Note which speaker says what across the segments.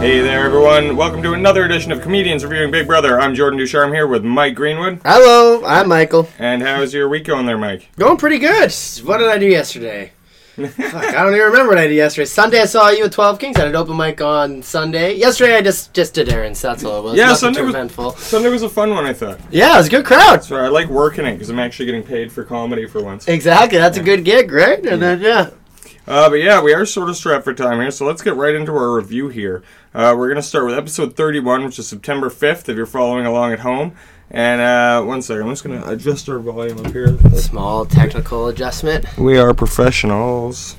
Speaker 1: Hey there, everyone. Welcome to another edition of Comedians Reviewing Big Brother. I'm Jordan Ducharme here with Mike Greenwood.
Speaker 2: Hello, I'm Michael.
Speaker 1: And how's your week going there, Mike?
Speaker 2: Going pretty good. What did I do yesterday? Fuck, I don't even remember what I did yesterday. Sunday I saw you at Twelve Kings. I had an open mic on Sunday. Yesterday I just just did errands. That's all it was.
Speaker 1: Yeah,
Speaker 2: Nothing
Speaker 1: Sunday
Speaker 2: too
Speaker 1: was-
Speaker 2: eventful.
Speaker 1: Sunday was a fun one, I thought.
Speaker 2: Yeah, it was a good crowd.
Speaker 1: So I like working it because I'm actually getting paid for comedy for once.
Speaker 2: Exactly. That's a good gig, right? And then yeah,
Speaker 1: Uh, but yeah, we are sort of strapped for time here, so let's get right into our review here. Uh, we're going to start with episode 31, which is September 5th, if you're following along at home. And uh, one second, I'm just going to adjust our volume up here.
Speaker 2: small technical adjustment.
Speaker 1: We are professionals.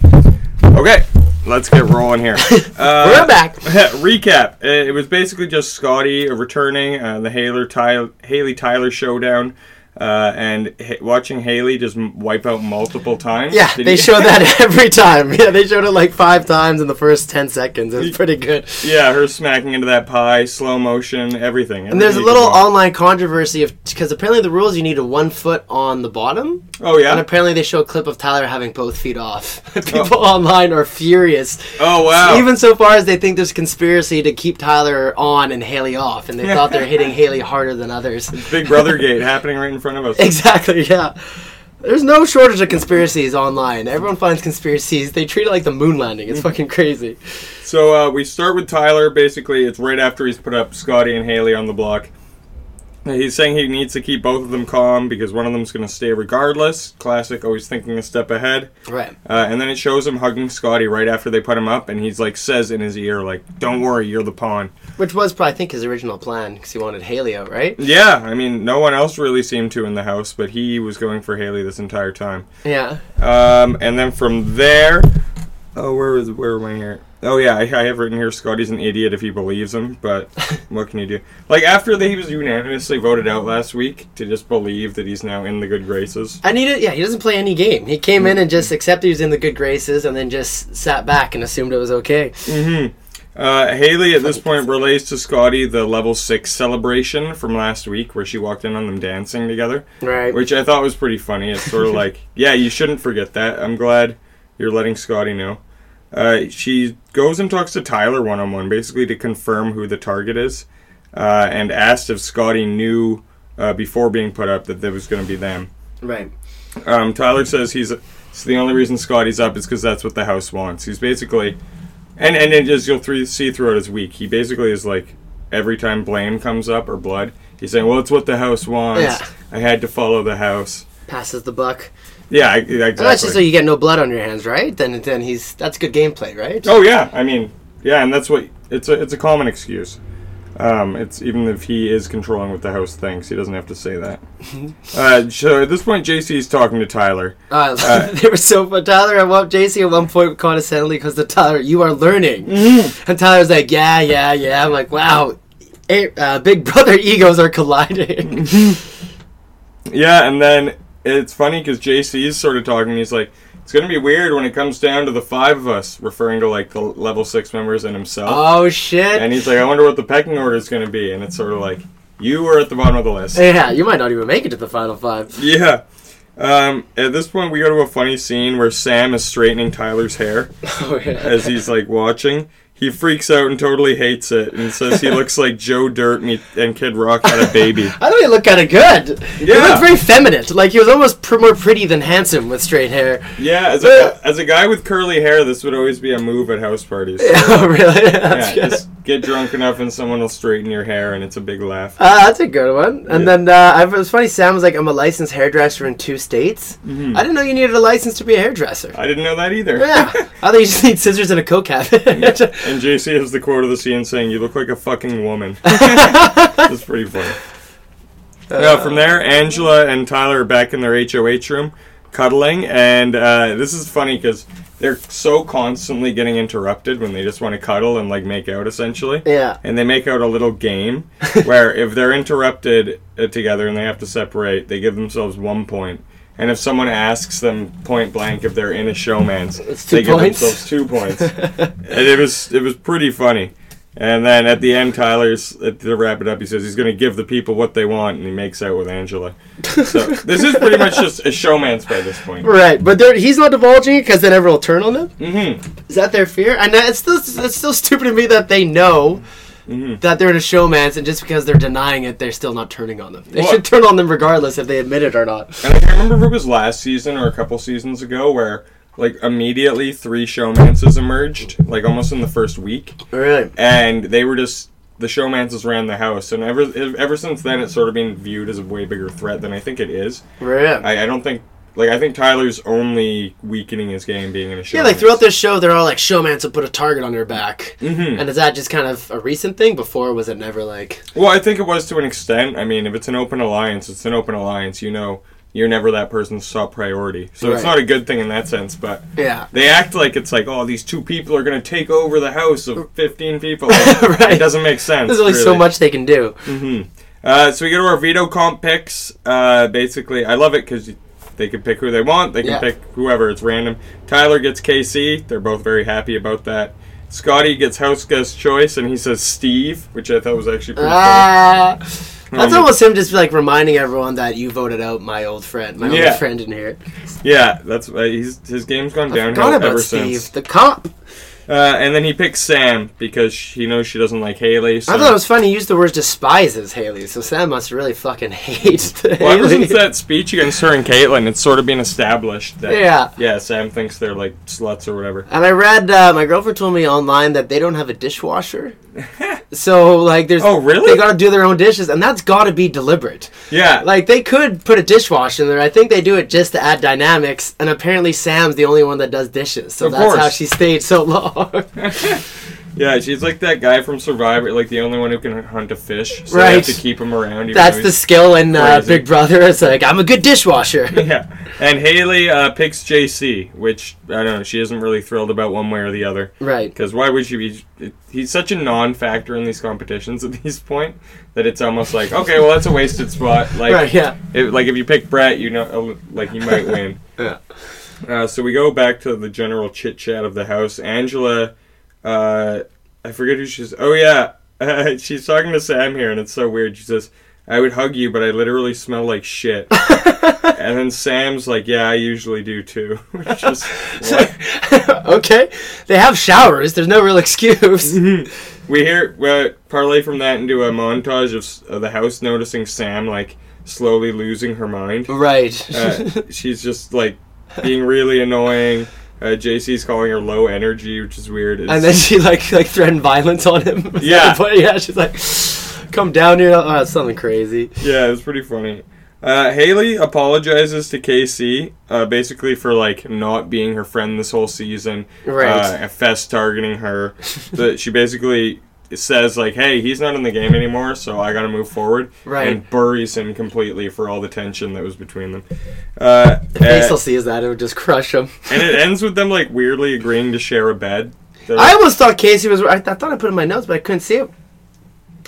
Speaker 1: Okay, let's get rolling here. Uh,
Speaker 2: We're back.
Speaker 1: recap. Uh, It was basically just Scotty returning uh, the Haler Ty- Haley Tyler showdown, uh, and ha- watching Haley just m- wipe out multiple times.
Speaker 2: Yeah,
Speaker 1: Did
Speaker 2: they
Speaker 1: you-
Speaker 2: showed that every time. Yeah, they showed it like five times in the first ten seconds. It was pretty good.
Speaker 1: Yeah, her smacking into that pie, slow motion, everything.
Speaker 2: And there's a
Speaker 1: Everything
Speaker 2: little
Speaker 1: you can watch.
Speaker 2: online controversy of because apparently the rules you need a one foot on the bottom
Speaker 1: Oh
Speaker 2: And
Speaker 1: yeah.
Speaker 2: apparently they show a clip of Tyler having both feet off. People online are furious.
Speaker 1: Oh wow.
Speaker 2: Even so far as they think there's conspiracy to keep Tyler on and Haley off, and they thought they're hitting Haley harder than others.
Speaker 1: Big Brother Gate happening right in front of us.
Speaker 2: Exactly, yeah. There's no shortage of conspiracies online. Everyone finds conspiracies. They treat it like the moon landing.
Speaker 1: Mm.
Speaker 2: It's fucking crazy.
Speaker 1: So uh, we start with Tyler. Basically, it's right after he's put up Scotty and Haley on the block. Uh, He's saying he needs to keep both of them calm because one of them's going to stay regardless. Classic, always thinking a step ahead.
Speaker 2: Right.
Speaker 1: Uh, and then it shows him hugging Scotty right after they put him up, and he's like says in his ear, like, "Don't worry, you're the pawn."
Speaker 2: Which was probably, I think, his original plan because he wanted Haley out, right?
Speaker 1: Yeah, I mean, no one else really seemed to in the house, but he was going for Haley this entire time.
Speaker 2: Yeah.
Speaker 1: Um, and then from there, oh, where was where am I here? Oh yeah, I, I have written here. Scotty's an idiot if he believes him, but what can you do? Like after that, he was unanimously voted out last week to just believe that he's now in the good graces.
Speaker 2: I needed, yeah, he doesn't play any game. He came in and
Speaker 1: Mm.
Speaker 2: just accepted he was in the good graces and then just sat back and assumed it was okay.
Speaker 1: Mm. Uh, Haley at this point relays to Scotty the level six celebration from last week, where she walked in on them dancing together,
Speaker 2: Right.
Speaker 1: which I thought was pretty funny. It's sort of like, yeah, you shouldn't forget that. I'm glad you're letting Scotty know. Uh, she goes and talks to Tyler one on one, basically to confirm who the target is, uh, and asked if Scotty knew uh, before being put up that there was going to be them.
Speaker 2: Right.
Speaker 1: Um, Tyler says he's it's the only reason Scotty's up is because that's what the house wants. He's basically, and and it is you'll three, see throughout his week, he basically is like every time blame comes up or blood, he's saying, "Well, it's what the house wants.
Speaker 2: Yeah.
Speaker 1: I had to follow the house."
Speaker 2: Passes the buck.
Speaker 1: Yeah, I-
Speaker 2: And That's just so
Speaker 1: exactly.
Speaker 2: you get no blood on your hands, right? Then then he's that's good gameplay, right?
Speaker 1: Oh yeah, I mean, yeah, and that's what it's a it's a common excuse. Um, it's even if he is controlling what the house thinks, he doesn't have to say that.
Speaker 2: Mm-hmm.
Speaker 1: uh, so at this point, JC is talking to Tyler.
Speaker 2: Uh, they were so fun. Tyler and one, JC at one point condescendingly because the Tyler, you are learning,
Speaker 1: Mm-hmm.
Speaker 2: and Tyler's like, yeah, yeah, yeah. I'm like, wow, eh, uh, Big Brother egos are colliding.
Speaker 1: Mm-hmm. Yeah, and then it's funny because JC is sort of talking. He's like, "It's gonna be weird when it comes down to the five of us," referring to like the level six members and himself.
Speaker 2: oh shit!
Speaker 1: and he's like, "I wonder what the pecking order is gonna be." And it's sort of like, "You were at the bottom of the list."
Speaker 2: yeah, you might not even make it to the final five.
Speaker 1: yeah. Um, at this point, we go to a funny scene where Sam is straightening Tyler's hair
Speaker 2: Oh, yeah.
Speaker 1: as he's like watching. He freaks out and totally hates it and says he looks like Joe Dirt and, he- and Kid Rock had a baby.
Speaker 2: I thought he looked kind of good. He
Speaker 1: Yeah.
Speaker 2: looked very feminine. Like he was almost pr- more pretty than handsome with straight hair.
Speaker 1: Yeah, as a, as a guy with curly hair, this would always be a move at house parties.
Speaker 2: oh really?
Speaker 1: Yeah,
Speaker 2: That's good.
Speaker 1: just get drunk enough and someone will straighten your hair and it's a big laugh.
Speaker 2: Uh, that's a good one. And
Speaker 1: Yeah.
Speaker 2: then uh, I, it was funny. Sam was like, "I'm a licensed hairdresser in two states.
Speaker 1: Mm-hmm.
Speaker 2: I didn't know you needed a license to be a hairdresser."
Speaker 1: I didn't know that either.
Speaker 2: yeah, I thought you just need scissors and a coke habit.
Speaker 1: And JC has the quote of the scene saying, You look like a fucking woman. That's pretty funny.
Speaker 2: Uh,
Speaker 1: yeah, from there, Angela and Tyler are back in their HOH room cuddling. And uh, this is funny because they're so constantly getting interrupted when they just want to cuddle and like make out essentially.
Speaker 2: yeah,
Speaker 1: and they make out a little game where if they're interrupted uh, together and they have to separate, they give themselves one point. And if someone asks them point blank if they're in a showman's,
Speaker 2: It's two
Speaker 1: they give
Speaker 2: points.
Speaker 1: themselves two points. and it was it was pretty funny. And then at the end, Tyler's to wrap it up. He says he's going to give the people what they want, and he makes out with Angela. So this is pretty much just a showman's by this point.
Speaker 2: Right, but they're- he's not divulging it because then everyone will turn on him.
Speaker 1: Mm-hmm.
Speaker 2: Is that their fear? I know it's still it's still stupid to me that they know
Speaker 1: Mhm.
Speaker 2: that they're in a showman's, and just because they're denying it, they're still not turning on them. They
Speaker 1: Well-
Speaker 2: should turn on them regardless if they admit it or not.
Speaker 1: And I can't remember if it was last season or a couple seasons ago where like immediately three showmances emerged, like almost in the first week,
Speaker 2: Really?
Speaker 1: and they were just the showmances ran the house. And ever ever since then, it's sort of been viewed as a way bigger threat than I think it is.
Speaker 2: Really?
Speaker 1: I, I don't think like I think Tyler's only weakening his game being in a show.
Speaker 2: Yeah, like throughout this show, they're all like showmans will put a target on their back.
Speaker 1: Mhm.
Speaker 2: And is that just kind of a recent thing? Before was it never like?
Speaker 1: Well, I think it was to an extent. I mean, if it's an open alliance, it's an open alliance. You know, you're never that person's top priority. So it's
Speaker 2: Right.
Speaker 1: not a good thing in that sense, but
Speaker 2: Yeah.
Speaker 1: they act like it's like, oh, these two people are going to take over the house of 15 people.
Speaker 2: Right.
Speaker 1: It doesn't make sense.
Speaker 2: There's only so
Speaker 1: really.
Speaker 2: much they can do.
Speaker 1: Mhm. Uh, so we get to our veto comp picks. Uh, basically, I love it because they can pick who they want. They can
Speaker 2: Yeah.
Speaker 1: pick whoever. It's random. Tyler gets KC. They're both very happy about that. Scotty gets house guest choice, and he says Steve, which I thought was actually pretty funny.
Speaker 2: Ah, that's
Speaker 1: Um,
Speaker 2: almost him just like reminding everyone that you voted out my old friend. My
Speaker 1: Yeah.
Speaker 2: old friend in here.
Speaker 1: Yeah, that's uh, he's, his game's gone downhill
Speaker 2: Forgot
Speaker 1: ever
Speaker 2: about Steve,
Speaker 1: since.
Speaker 2: the cop.
Speaker 1: Uh, and then he picks Sam because he knows she doesn't like Haley. So.
Speaker 2: I thought it was funny. He used the word despises Haley, so Sam must really fucking hate
Speaker 1: well, ever
Speaker 2: Haley.
Speaker 1: since that speech against her and Caitlyn, it's sort of been established that
Speaker 2: Yeah.
Speaker 1: yeah, Sam thinks they're like sluts or whatever.
Speaker 2: And I read uh, my girlfriend told me online that they don't have a dishwasher, so like there's
Speaker 1: Oh, really?
Speaker 2: they got to do their own dishes, and that's got to be deliberate.
Speaker 1: Yeah,
Speaker 2: Like they could put a dishwasher in there. I think they do it just to add dynamics. And apparently Sam's the only one that does dishes, so
Speaker 1: Of
Speaker 2: that's how
Speaker 1: course.
Speaker 2: she stayed so long.
Speaker 1: Yeah, she's like that guy from Survivor, like the only one who can hunt a fish. So They
Speaker 2: Right.
Speaker 1: have to keep him around. even
Speaker 2: that's
Speaker 1: though
Speaker 2: the
Speaker 1: he's-
Speaker 2: skill in uh,
Speaker 1: Crazy.
Speaker 2: Big Brother. It's like I'm a good dishwasher.
Speaker 1: Yeah. And Haley uh, picks JC, which, I don't know, she isn't really thrilled about one way or the other.
Speaker 2: right.
Speaker 1: Because why would she be. it- He's such a non factor in these competitions at this point that it's almost like, okay, well, that's a wasted spot. Like,
Speaker 2: right. Yeah.
Speaker 1: if, like if you pick Brett, you know, uh, like you might win.
Speaker 2: Yeah.
Speaker 1: Uh, so we go back to the general chit chat of the house. Angela, uh, I forget who she's. Oh yeah, uh, she's talking to Sam here, and it's so weird. She says, "I would hug you, but I literally smell like shit." and then Sam's like, "Yeah, I usually do too." Which is- what?
Speaker 2: okay. They have showers. There's no real excuse.
Speaker 1: Mm-hmm. we hear uh, parlay from that into a montage of, s- of the house noticing Sam like slowly losing her mind.
Speaker 2: right.
Speaker 1: uh, she's just like being really annoying. Uh, JC's calling her low energy, which is weird. It's-
Speaker 2: and then she like like threatened violence on him. Is that
Speaker 1: Yeah.
Speaker 2: the point? yeah. She's like, "Come down here." Oh, that's something crazy.
Speaker 1: yeah, it was pretty funny. Uh, Haley apologizes to KC uh, basically for like not being her friend this whole season.
Speaker 2: Right.
Speaker 1: Uh, FS targeting her. that she basically says like, "Hey, he's not in the game anymore, so I got to move forward."
Speaker 2: Right.
Speaker 1: And buries him completely for all the tension that was between them. Uh,
Speaker 2: Face
Speaker 1: uh,
Speaker 2: will see is that it would just crush him.
Speaker 1: and it ends with them like weirdly agreeing to share a bed. They're
Speaker 2: I
Speaker 1: like-
Speaker 2: almost thought Casey was. I, I thought I put it in my notes, but I couldn't see it.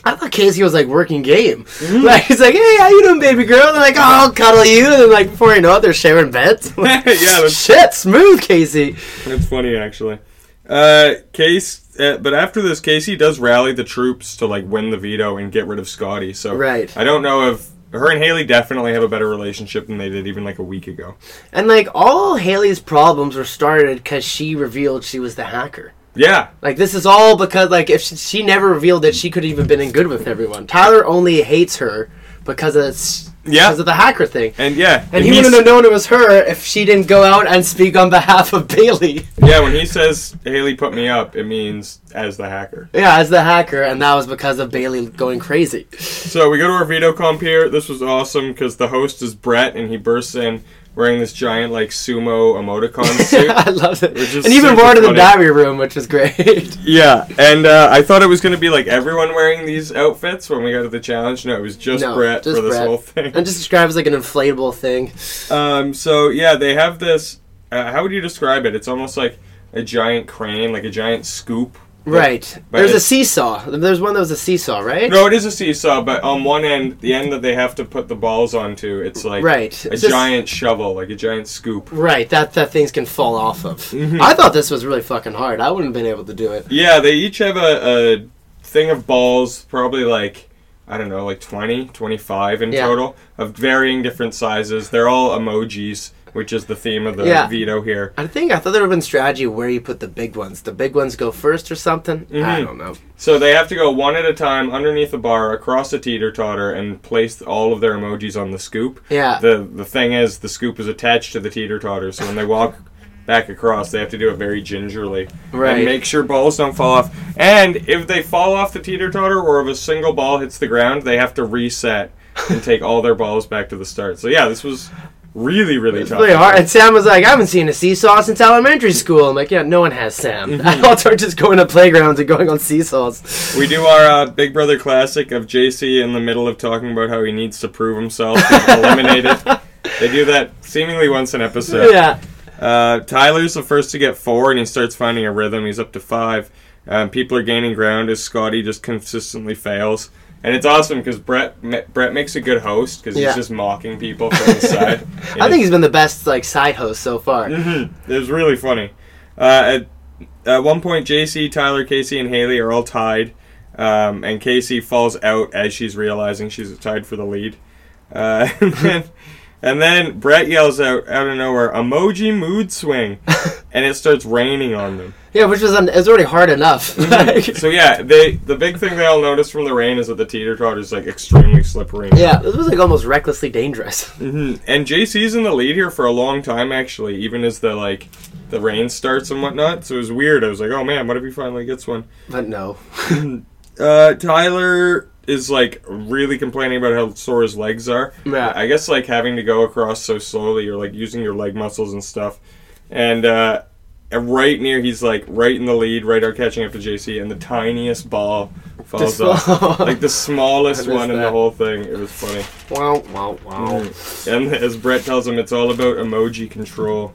Speaker 2: I thought Casey was like working game.
Speaker 1: Mm.
Speaker 2: Like he's like, "Hey, how you doing, baby girl?" And they're like, "Oh, I'll cuddle you." And then like before you know it, they're sharing beds. Like,
Speaker 1: Yeah, that's-
Speaker 2: shit, smooth, Casey.
Speaker 1: That's funny, actually. Uh, Case, uh, but after this, Casey does rally the troops to like win the veto and get rid of Scotty. So
Speaker 2: Right.
Speaker 1: I don't know if her and Haley definitely have a better relationship than they did even like a week ago.
Speaker 2: And like all Haley's problems were started because she revealed she was the hacker.
Speaker 1: Yeah,
Speaker 2: Like this is all because like if she, she never revealed that she could have even been in good with everyone. Tyler only hates her because of s-
Speaker 1: Yeah.
Speaker 2: because of the hacker thing.
Speaker 1: and yeah,
Speaker 2: And
Speaker 1: if
Speaker 2: he
Speaker 1: he's-
Speaker 2: wouldn't have known it was her if she didn't go out and speak on behalf of Bailey.
Speaker 1: Yeah, when he says Haley put me up, it means as the hacker.
Speaker 2: Yeah, as the hacker, and that was because of Bailey going crazy.
Speaker 1: So we go to our veto comp here. This was awesome because the host is Brett, and he bursts in wearing this giant like sumo emoticon suit.
Speaker 2: I love it.
Speaker 1: Which is
Speaker 2: And even
Speaker 1: super
Speaker 2: more to the
Speaker 1: funny.
Speaker 2: diary room, which was great.
Speaker 1: Yeah, and uh, I thought it was going to be like everyone wearing these outfits when we got to the challenge. No, it was just
Speaker 2: No,
Speaker 1: Brett
Speaker 2: just
Speaker 1: for this
Speaker 2: Brett.
Speaker 1: whole thing.
Speaker 2: and just describes like an inflatable thing.
Speaker 1: Um, so yeah, they have this. Uh, how would you describe it? It's almost like a giant crane, like a giant scoop.
Speaker 2: Right.
Speaker 1: but
Speaker 2: There's a
Speaker 1: it's-
Speaker 2: seesaw. There's one that was a seesaw, right?
Speaker 1: No, it is a seesaw, but on one end, the end that they have to put the balls onto, it's like
Speaker 2: Right.
Speaker 1: a
Speaker 2: It's just-
Speaker 1: giant shovel, like a giant scoop.
Speaker 2: Right, that that things can fall
Speaker 1: Mm-hmm.
Speaker 2: off of. I thought this was really fucking hard. I wouldn't have been able to do it.
Speaker 1: Yeah, they each have a, a thing of balls, probably like, I don't know, like 20, 25 in
Speaker 2: Yeah.
Speaker 1: total, of varying different sizes. They're all emojis, which is the theme of the
Speaker 2: Yeah.
Speaker 1: veto here.
Speaker 2: I think I thought there would have been strategy where you put the big ones. The big ones go first or something. I
Speaker 1: Mhm.
Speaker 2: don't know.
Speaker 1: So they have to go one at a time underneath the bar, across a teeter totter, and place all of their emojis on the scoop.
Speaker 2: Yeah.
Speaker 1: The the thing is, the scoop is attached to the teeter totter, so when they walk back across, they have to do it very gingerly.
Speaker 2: Right.
Speaker 1: And make sure balls don't fall off. And if they fall off the teeter totter, or if a single ball hits the ground, they have to reset and take all their balls back to the start. So yeah, this was really really
Speaker 2: It's
Speaker 1: tough.
Speaker 2: really hard. And Sam was like, I haven't seen a seesaw since elementary school. I'm like, yeah, no one has Sam. Adults are just going to playgrounds and going on seesaws.
Speaker 1: We do our uh, Big Brother classic of JC in the middle of talking about how he needs to prove himself and eliminated. They do that seemingly once an episode.
Speaker 2: Yeah.
Speaker 1: Uh, Tyler's the first to get four, and he starts finding a rhythm. He's up to five. Um, people are gaining ground as Scotty just consistently fails, and it's awesome because Brett ma- Brett makes a good host because
Speaker 2: Yeah.
Speaker 1: he's just mocking people from the side. And
Speaker 2: I think
Speaker 1: it's-
Speaker 2: he's been the best like side host so far.
Speaker 1: it was really funny. Uh, at, at one point, JC, Tyler, Casey, and Haley are all tied, um, and Casey falls out as she's realizing she's tied for the lead. Uh, and, then, and then Brett yells out out of nowhere, "Emoji mood swing," and it starts raining on them.
Speaker 2: Yeah, which was un- it was already hard enough. Like,
Speaker 1: So yeah, they the big thing they all notice from the rain is that the teeter totter is like extremely slippery.
Speaker 2: yeah, this was like almost recklessly dangerous.
Speaker 1: Mhm. And JC's in the lead here for a long time, actually, even as the like the rain starts and whatnot. So it was weird. I was like, oh man, what if he finally gets one?
Speaker 2: But no.
Speaker 1: Uh, Tyler is like really complaining about how sore his legs are.
Speaker 2: Yeah.
Speaker 1: I guess like having to go across so slowly, or like using your leg muscles and stuff. And uh, and right near, he's like right in the lead, right out catching up to JC, and the tiniest ball falls
Speaker 2: Just-
Speaker 1: off, like the smallest
Speaker 2: I missed
Speaker 1: one in the
Speaker 2: that.
Speaker 1: whole thing. It was funny.
Speaker 2: wow, wow, wow.
Speaker 1: Mm. And Oh. as Brett tells him, it's all about emoji control.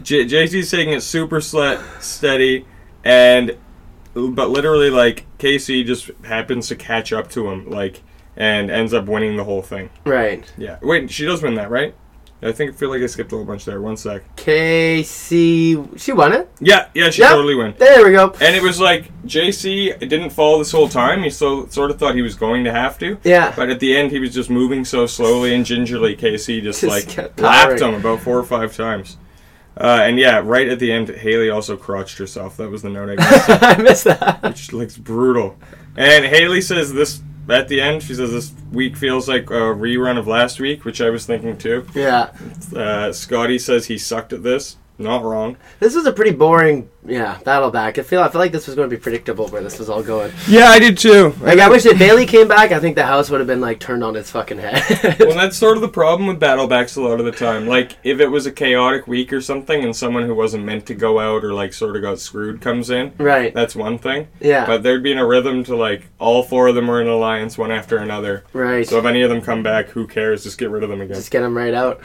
Speaker 1: J- JC's taking it super sle- steady, and but literally like Casey just happens to catch up to him, like and ends up winning the whole thing.
Speaker 2: Right.
Speaker 1: Yeah, wait, she does win that, right? I think I feel like I skipped a whole bunch there. One sec.
Speaker 2: KC. She won it.
Speaker 1: Yeah, yeah, she
Speaker 2: Yeah.
Speaker 1: totally win.
Speaker 2: There we go.
Speaker 1: And it was like JC didn't fall this whole time. He so, sort of thought he was going to have to.
Speaker 2: Yeah.
Speaker 1: But at the end, he was just moving so slowly and gingerly. Casey just,
Speaker 2: Just
Speaker 1: like
Speaker 2: kept
Speaker 1: lapped
Speaker 2: powering.
Speaker 1: him about four or five times. Uh, and yeah, right at the end, Haley also crotched herself. That was the note I got,
Speaker 2: I missed that.
Speaker 1: which looks brutal. And Haley says this at the end. She says this week feels like a rerun of last week, which I was thinking too.
Speaker 2: Yeah.
Speaker 1: Uh, Scotty says he sucked at this. Not wrong.
Speaker 2: This was a pretty boring, yeah, battle back. I feel I feel like this was going to be predictable where this was all going.
Speaker 1: Yeah, I did too.
Speaker 2: Like I wish that Bailey came back. I think the house would have been like turned on its fucking head.
Speaker 1: well, that's sort of the problem with battlebacks a lot of the time. Like, if it was a chaotic week or something, and someone who wasn't meant to go out or like sort of got screwed comes in,
Speaker 2: right.
Speaker 1: that's one thing.
Speaker 2: Yeah.
Speaker 1: But there'd be a rhythm to like all four of them are in alliance, one after another.
Speaker 2: right.
Speaker 1: So if any of them come back, who cares? Just get rid of them again.
Speaker 2: Just get him right out.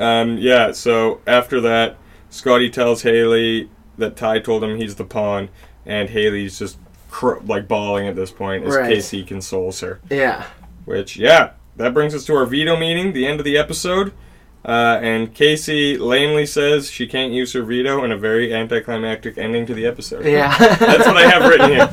Speaker 1: Um, yeah. So after that, Scotty tells Haley that Ty told him he's the pawn, and Haley's just cr- like bawling at this point as
Speaker 2: Right.
Speaker 1: Casey consoles her.
Speaker 2: Yeah.
Speaker 1: Which, yeah, that brings us to our veto meeting, the end of the episode. Uh, and Casey lamely says she can't use her veto in a very anticlimactic ending to the episode.
Speaker 2: Yeah.
Speaker 1: That's what I have written here.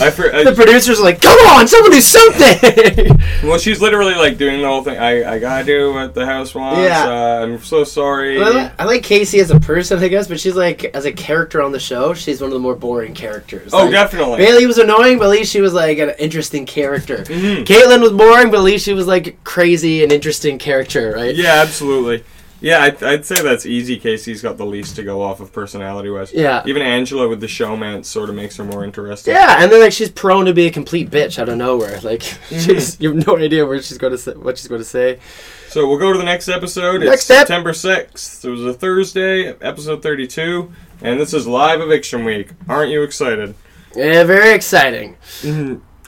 Speaker 1: I for,
Speaker 2: the
Speaker 1: I,
Speaker 2: producers are like, "Come on, someone do something."
Speaker 1: well, she's literally like doing the whole thing. I, I gotta do what the house wants.
Speaker 2: Yeah.
Speaker 1: Uh, I'm so sorry.
Speaker 2: Well, I, li- I like Casey as a person, I guess, but she's like as a character on the show, she's one of the more boring characters.
Speaker 1: oh,
Speaker 2: Like,
Speaker 1: definitely.
Speaker 2: Bailey was annoying, but at least she was like an interesting character.
Speaker 1: Mhm.
Speaker 2: Caitlyn was boring, but at least she was like crazy and interesting character, right?
Speaker 1: Yeah, absolutely. Yeah, I'd, I'd say that's easy. Casey's got the least to go off of personality wise.
Speaker 2: Yeah.
Speaker 1: Even Angela with the showman sort of makes her more interesting.
Speaker 2: Yeah, and then like she's prone to be a complete bitch out of nowhere. Like she's, you have no idea where she's going to say, what she's going to say.
Speaker 1: So we'll go to the next episode. it's
Speaker 2: Next ep-
Speaker 1: September 6th. It was a Thursday, episode 32, and this is live eviction week. Aren't you excited?
Speaker 2: Yeah, very exciting.
Speaker 1: Uh,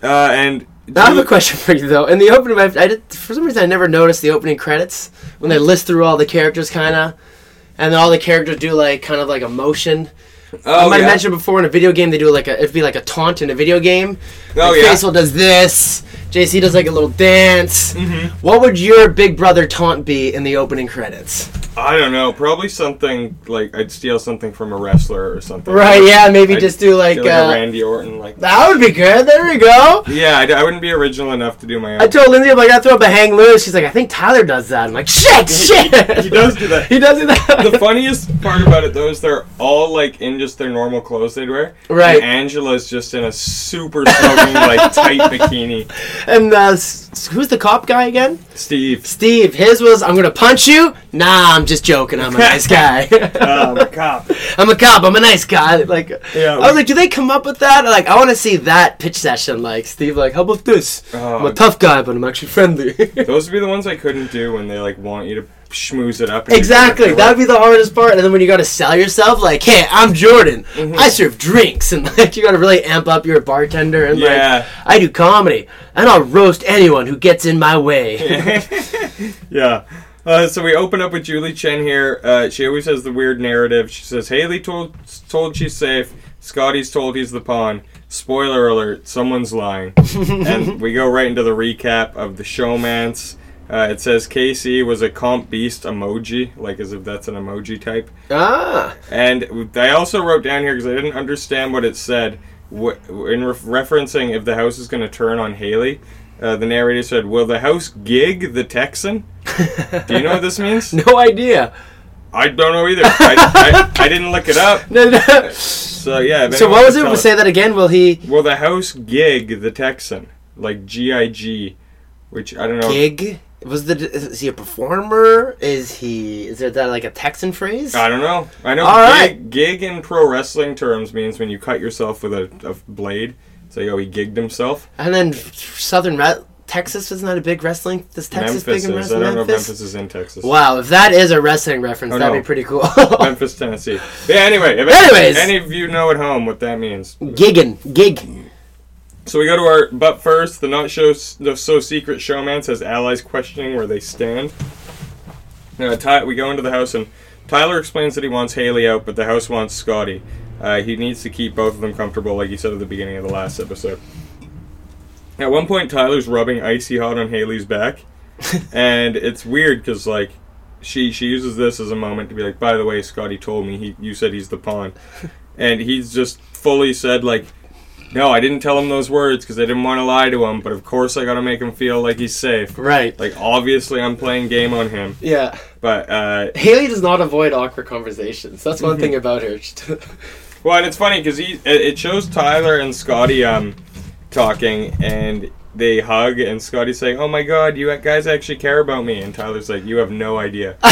Speaker 1: and
Speaker 2: Now I have a question for you though. In the opening, I, I did for some reason I never noticed the opening credits when they list through all the characters, kind of, and then all the characters do like kind of like a motion. I
Speaker 1: Oh,
Speaker 2: might
Speaker 1: yeah.
Speaker 2: have mentioned before in a video game they do like a it'd be like a taunt in a video game.
Speaker 1: oh,
Speaker 2: Like,
Speaker 1: yeah.
Speaker 2: Faisal does this.
Speaker 1: Mm-hmm.
Speaker 2: JC does like a little dance. What would your Big Brother taunt be in the opening credits?
Speaker 1: I don't know. Probably something like I'd steal something from a wrestler or something.
Speaker 2: Right, yeah, maybe
Speaker 1: I'd
Speaker 2: just do like,
Speaker 1: Do, like a
Speaker 2: uh,
Speaker 1: Randy Orton, like
Speaker 2: that would be good. There we go.
Speaker 1: yeah, I, I wouldn't be original enough to do my own.
Speaker 2: I told Lindsay, I'm like, I throw up a hang loose. She's like, I think Tyler does that. I'm like, shit, shit.
Speaker 1: he does do that.
Speaker 2: He does do that.
Speaker 1: the funniest part about it though is they're all like in just their normal clothes they'd wear.
Speaker 2: Right.
Speaker 1: And Angela's just in a super smoking like tight bikini.
Speaker 2: and uh, s- who's the cop guy again?
Speaker 1: Steve.
Speaker 2: Steve. His was, I'm gonna punch you. Nah, I'm just joking. I'm a nice guy.
Speaker 1: Um, cop.
Speaker 2: I'm a cop. I'm a nice guy. Like,
Speaker 1: Yeah.
Speaker 2: Oh, I was like, do they come up with that? Like, I want to see that pitch session. Like, Steve, like, how about this? I'm
Speaker 1: Oh,
Speaker 2: a tough guy, but I'm actually friendly.
Speaker 1: those would be the ones I couldn't do when they like want you to schmooze it up. and you
Speaker 2: exactly.
Speaker 1: can't do
Speaker 2: That would
Speaker 1: it.
Speaker 2: be the hardest part. And then when you gotta sell yourself, like, hey, I'm Jordan.
Speaker 1: Mm-hmm.
Speaker 2: I serve drinks, and like, you gotta really amp up your bartender and like,
Speaker 1: Yeah.
Speaker 2: I do comedy, and I'll roast anyone who gets in my way.
Speaker 1: Yeah. Uh, so we open up with Julie Chen here. Uh, she always has the weird narrative. She says Haley told told she's safe. Scotty's told he's the pawn. Spoiler alert: someone's lying. and we go right into the recap of the showmance. Uh, it says Casey was a comp beast emoji, like as if that's an emoji type.
Speaker 2: ah,
Speaker 1: And I also wrote down here because I didn't understand what it said wh- in re- referencing if the house is going to turn on Haley. Uh, the narrator said, "Will the house gig the Texan?" Do you know what this means?
Speaker 2: no idea.
Speaker 1: I don't know either. I, I, I didn't look it up.
Speaker 2: No, no.
Speaker 1: So yeah. if
Speaker 2: So
Speaker 1: anyone
Speaker 2: what was
Speaker 1: can tell
Speaker 2: it?
Speaker 1: us-
Speaker 2: Say that again. Will he
Speaker 1: Will the house gig the Texan? Like G I G, which I don't know.
Speaker 2: gig? Was the is he a performer? Is he? Is there that like a Texan phrase?
Speaker 1: I don't know. I know
Speaker 2: All
Speaker 1: gig, gig in pro wrestling terms means when you cut yourself with a, a blade. So you go, he gigged himself.
Speaker 2: And then Southern Re- Texas isn't that a big wrestling? This Texas
Speaker 1: Memphis
Speaker 2: big in
Speaker 1: is. I
Speaker 2: wrestling?
Speaker 1: don't know if
Speaker 2: Memphis?
Speaker 1: Memphis is in Texas.
Speaker 2: Wow, if that is a wrestling reference,
Speaker 1: Oh,
Speaker 2: that'd
Speaker 1: no.
Speaker 2: be pretty cool.
Speaker 1: Memphis, Tennessee. Yeah, anyway. If
Speaker 2: Anyways.
Speaker 1: Any of you know at home what that means.
Speaker 2: Giggin, gig.
Speaker 1: So we go to our. But first, the not show, the so secret showman says allies questioning where they stand. Uh, Ty, we go into the house and Tyler explains that he wants Haley out, but the house wants Scotty. Uh, he needs to keep both of them comfortable, like he said at the beginning of the last episode. At one point, Tyler's rubbing icy hot on Haley's back, and it's weird because like she she uses this as a moment to be like, by the way, Scotty told me he you said he's the pawn, and he's just fully said like. No, I didn't tell him those words because I didn't want to lie to him, but of course I gotta make him feel like he's safe.
Speaker 2: Right.
Speaker 1: Like, obviously, I'm playing game on him.
Speaker 2: yeah.
Speaker 1: But uh,
Speaker 2: Haley does not avoid awkward conversations. That's one thing about her.
Speaker 1: well, and it's funny because he it- it shows Tyler and Scotty um talking and they hug and Scotty's saying, "Oh my God, you guys actually care about me," and Tyler's like, "You have no idea."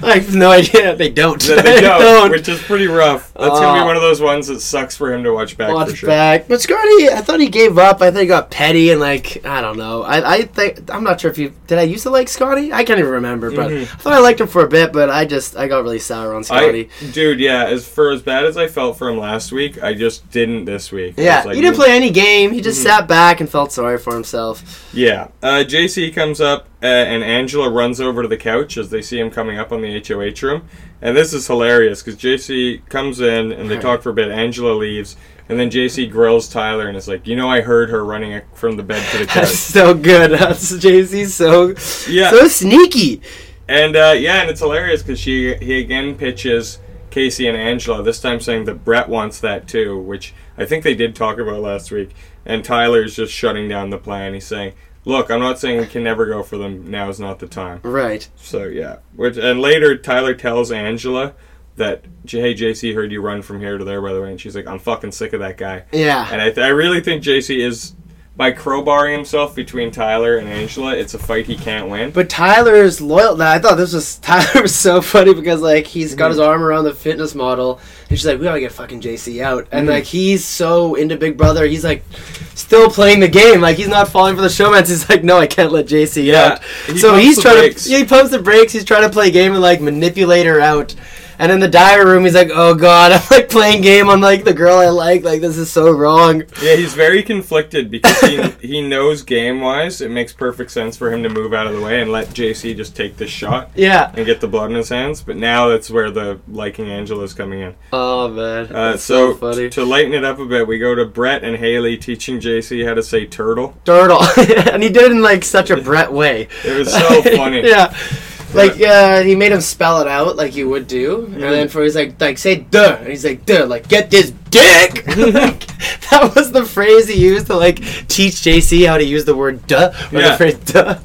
Speaker 2: I have no idea. They don't.
Speaker 1: That they don't, which is pretty rough. That's gonna
Speaker 2: Aw.
Speaker 1: be one of those ones that sucks for him to watch back for
Speaker 2: Watch
Speaker 1: sure.
Speaker 2: back. But Scotty, I thought he gave up. I thought he got petty and like I don't know. I, I think I'm not sure if you did. I used to like Scotty. I can't even remember. But
Speaker 1: Mhm.
Speaker 2: I thought I liked him for a bit. But I just I got really sour on
Speaker 1: I,
Speaker 2: Scotty.
Speaker 1: dude, yeah. As for as bad as I felt for him last week, I just didn't this week. I
Speaker 2: Yeah,
Speaker 1: was like,
Speaker 2: he didn't play any game. He
Speaker 1: Mm-hmm.
Speaker 2: just sat back and felt sorry for himself.
Speaker 1: Yeah. Uh, JC comes up uh, and Angela runs over to the couch as they see him coming up on the HOH room. And this is hilarious because JC comes in and they talk for a bit. Angela leaves. And then JC grills Tyler and is like, You know, I heard her running ac- from the bed to the
Speaker 2: That's
Speaker 1: couch.
Speaker 2: so good. That's Jay Z. So
Speaker 1: Yeah.
Speaker 2: so sneaky.
Speaker 1: and uh, yeah, and it's hilarious because he again pitches Casey and Angela, this time saying that Brett wants that too, which I think they did talk about last week. And Tyler's just shutting down the plan. He's saying, Look, I'm not saying we can never go for them. Now is not the time.
Speaker 2: Right.
Speaker 1: So yeah, which and later Tyler tells Angela that J- hey JC heard you run from here to there by the way, and she's like I'm fucking sick of that guy.
Speaker 2: Yeah.
Speaker 1: And I, th- I really think JC is by crowbarring himself between Tyler and Angela, it's a fight he can't win.
Speaker 2: But Tyler's loyal. Now I thought this was Tyler was so funny because like he's got
Speaker 1: Mm-hmm.
Speaker 2: his arm around the fitness model, and she's like, "We gotta get fucking JC out." And
Speaker 1: Mm-hmm.
Speaker 2: like he's so into Big Brother, he's like still playing the game. Like he's not falling for the showmans. He's like, "No, I can't let JC out."
Speaker 1: he
Speaker 2: so
Speaker 1: pumps
Speaker 2: he's
Speaker 1: the
Speaker 2: trying
Speaker 1: brakes.
Speaker 2: to yeah, he pumps the brakes. He's trying to play a game and like manipulate her out. And in the diary room, he's like, "Oh God, I'm like playing game on like the girl I like. Like this is so wrong."
Speaker 1: Yeah, he's very conflicted because he he knows game wise it makes perfect sense for him to move out of the way and let JC just take this shot
Speaker 2: Yeah.
Speaker 1: and get the blood in his hands. But now that's where the liking Angela's coming in.
Speaker 2: Oh man.
Speaker 1: Uh,
Speaker 2: That's
Speaker 1: so
Speaker 2: funny.
Speaker 1: to lighten it up a bit, we go to Brett and Haley teaching JC how to say turtle.
Speaker 2: Turtle, and he did it in like such a Brett way.
Speaker 1: It was so funny.
Speaker 2: yeah. Like uh, he made him spell it out like you would do,
Speaker 1: Mm-hmm.
Speaker 2: and then for he's like like say duh, and he's like duh, like get this dick. like, that was the phrase he used to like teach JC how to use the word duh or
Speaker 1: Yeah.
Speaker 2: the phrase duh.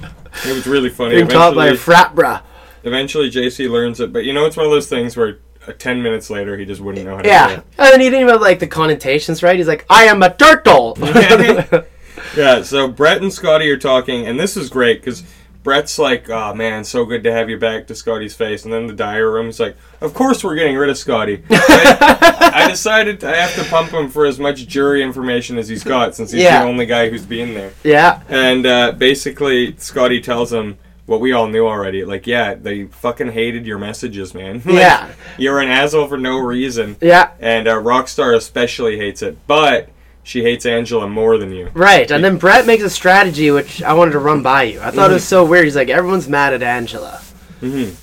Speaker 1: It was really funny.
Speaker 2: Being taught by a
Speaker 1: Eventually-
Speaker 2: frat bra.
Speaker 1: Eventually, JC learns it, but you know, it's one of those things where uh, 10 minutes later, he just wouldn't know how to
Speaker 2: Yeah,
Speaker 1: do
Speaker 2: and then he didn't even have like the connotations right. He's like I am a turtle.
Speaker 1: it. Yeah, so Brett and Scotty are talking, and this is great because Brett's like, oh man, so good to have you back to Scotty's face. And then the diary room is like, of course we're getting rid of Scotty. I, I decided I have to pump him for as much jury information as he's got since he's
Speaker 2: Yeah.
Speaker 1: the only guy who's been there.
Speaker 2: yeah.
Speaker 1: And uh, basically, Scotty tells him what we all knew already. Like, yeah, they fucking hated your messages, man. Like,
Speaker 2: Yeah.
Speaker 1: You're an asshole for no reason.
Speaker 2: Yeah.
Speaker 1: And uh, Rockstar especially hates it, but she hates Angela more than you.
Speaker 2: Right, and then Brett makes a strategy which I wanted to run by you. I thought it was so weird. He's like, everyone's mad at Angela,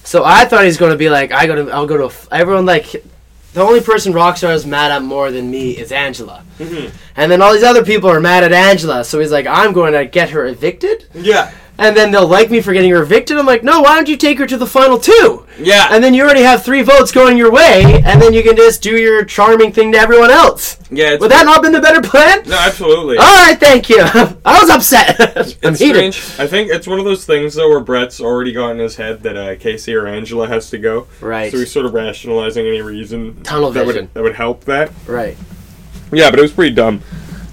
Speaker 2: so I thought he's going to be like, I gotta, I'll go to f- everyone. Like, the only person Rockstar is mad at more than me is Angela, and then all these other people are mad at Angela. So he's like, I'm going to get her evicted,
Speaker 1: Yeah.
Speaker 2: and then they'll like me for getting her evicted. I'm like, no, why don't you take her to the final two?
Speaker 1: Yeah.
Speaker 2: And then you already have three votes going your way, and then you can just do your charming thing to everyone else.
Speaker 1: yeah. It's,
Speaker 2: Would that not been the better plan?
Speaker 1: no, absolutely.
Speaker 2: All right, thank you. I was upset. I'm
Speaker 1: It's
Speaker 2: heated.
Speaker 1: strange. I think it's one of those things though where Brett's already got in his head that uh, Casey or Angela has to go.
Speaker 2: Right.
Speaker 1: So he's sort of rationalizing any reason
Speaker 2: Tunnel
Speaker 1: that
Speaker 2: vision.
Speaker 1: would that would help that.
Speaker 2: Right.
Speaker 1: Yeah, but it was pretty dumb.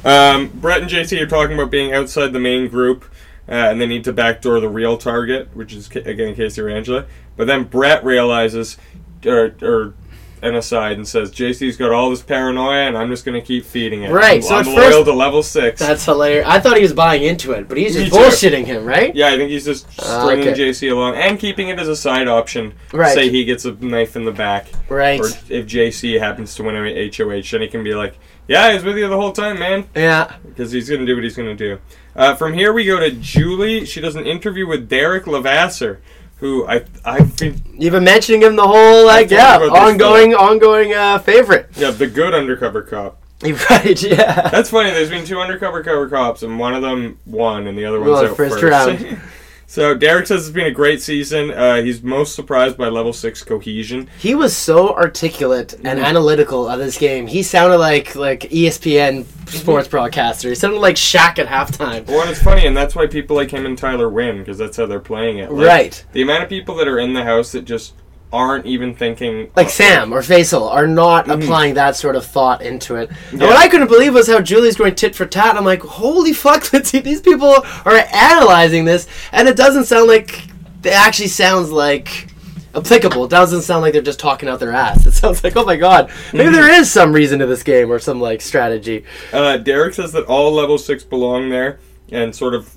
Speaker 1: Um, Brett and JC are talking about being outside the main group, uh, and they need to backdoor the real target, which is Ca- again Casey or Angela. But then Brett realizes, or, or an aside, and says, "JC's got all this paranoia, and I'm just going to keep feeding it.
Speaker 2: Right,
Speaker 1: I'm,
Speaker 2: so
Speaker 1: I'm
Speaker 2: at
Speaker 1: loyal
Speaker 2: first-
Speaker 1: to level six.
Speaker 2: That's hilarious. I thought he was buying into it, but he's
Speaker 1: Me
Speaker 2: just
Speaker 1: too.
Speaker 2: bullshitting him, right?
Speaker 1: yeah, I think he's just
Speaker 2: Ah,
Speaker 1: stringing
Speaker 2: okay.
Speaker 1: JC along and keeping it as a side option.
Speaker 2: Right.
Speaker 1: Say he gets a knife in the back,
Speaker 2: Right.
Speaker 1: or if JC happens to win a HOH, then he can be like, "Yeah, I was with you the whole time, man."
Speaker 2: Yeah.
Speaker 1: because he's going to do what he's going to do. Uh, from here, we go to Julie. She does an interview with Derek Lavasser, who I I've been
Speaker 2: You've been mentioning him the whole like
Speaker 1: I
Speaker 2: yeah
Speaker 1: thought about this
Speaker 2: ongoing ongoing uh, favorite.
Speaker 1: yeah the good undercover cop.
Speaker 2: You're right. Yeah.
Speaker 1: That's funny. There's been two undercover cover cops, and one of them won, and the other one's
Speaker 2: Well,
Speaker 1: out
Speaker 2: first
Speaker 1: first.
Speaker 2: round.
Speaker 1: so Derek says it's been a great season. Uh, he's most surprised by level six cohesion.
Speaker 2: He was so articulate
Speaker 1: Mm-hmm.
Speaker 2: and analytical of this game. He sounded like like E ESPN sports broadcaster. He sounded like Shaq at halftime.
Speaker 1: Well, and it's funny, and that's why people like him and Tyler win because that's how they're playing it. Like,
Speaker 2: Right.
Speaker 1: The amount of people that are in the house that just aren't even thinking
Speaker 2: like Sam or Faisal are not applying that sort of thought into it. And
Speaker 1: Mm-hmm. Yeah.
Speaker 2: what I couldn't believe was how Julie's going tit for tat. I'm like, holy fuck, Lindsay, these people are analyzing this, and it doesn't sound like it actually sounds like applicable. It doesn't sound like they're just talking out their ass. It sounds like, oh my god, maybe
Speaker 1: Mm-hmm.
Speaker 2: there is some reason to this game or some like strategy.
Speaker 1: Uh, Derek says that all level six belong there, and sort of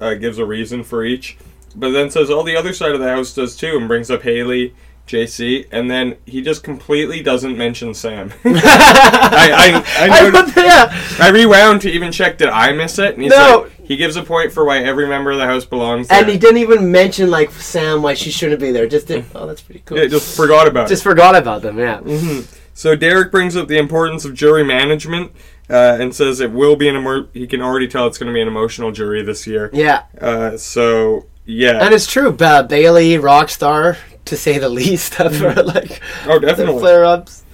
Speaker 1: uh, gives a reason for each. But then says all the other side of the house does too, and brings up Haley, JC, and then he just completely doesn't mention Sam. I I, I,
Speaker 2: I
Speaker 1: noticed-
Speaker 2: put the- yeah.
Speaker 1: I rewound to even check did I miss it, and he's
Speaker 2: No.
Speaker 1: like, he gives a point for why every member of the house belongs there.
Speaker 2: And he didn't even mention like Sam why she shouldn't be there. Just did. Oh, that's pretty cool.
Speaker 1: yeah, just Mm-hmm. forgot about it.
Speaker 2: just forgot about them. Yeah.
Speaker 1: So Derek brings up the importance of jury management uh, and says it will be an emo- he can already tell it's going to be an emotional jury this year.
Speaker 2: Yeah.
Speaker 1: Uh, so yeah,
Speaker 2: And it's true, ba- Bailey, Rockstar, to say the least, of her, like
Speaker 1: Oh,
Speaker 2: the
Speaker 1: definitely.
Speaker 2: flare ups.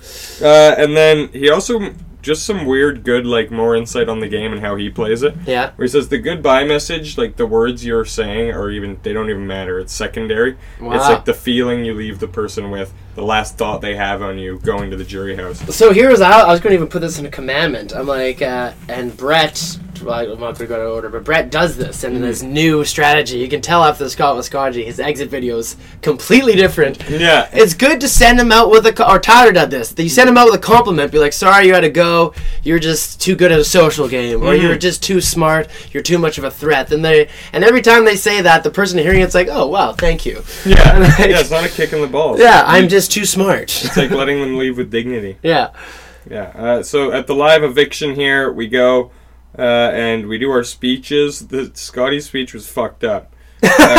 Speaker 1: Uh, and then he also just some weird, good, like more insight on the game and how he plays it.
Speaker 2: Yeah.
Speaker 1: Where he says the goodbye message, like the words you're saying, or even they don't even matter. It's secondary.
Speaker 2: Wow.
Speaker 1: It's like the feeling you leave the person with, the last thought they have on you going to the jury house.
Speaker 2: So here's how I was going to even put this in a commandment. I'm like, uh, and Brett, well, I'm not going to go out of order, but Brett does this and this new strategy. You can tell after the Scott Wascoggi, his exit video is completely different.
Speaker 1: Yeah.
Speaker 2: It's good to send him out with a co- or Tyler did this. That you send him out with a compliment, be like, "Sorry, you had to go. You're just too good at a social game, or
Speaker 1: Mm-hmm.
Speaker 2: you're just too smart. You're too much of a threat." And they and every time they say that, the person hearing it's like, "Oh wow, thank you."
Speaker 1: yeah.
Speaker 2: like-
Speaker 1: yeah. It's not a kick in the balls.
Speaker 2: Yeah, I'm just too smart.
Speaker 1: It's like letting them leave with dignity.
Speaker 2: yeah,
Speaker 1: Yeah. Uh, so at the live eviction here, we go uh, and we do our speeches. The Scotty's speech was fucked up.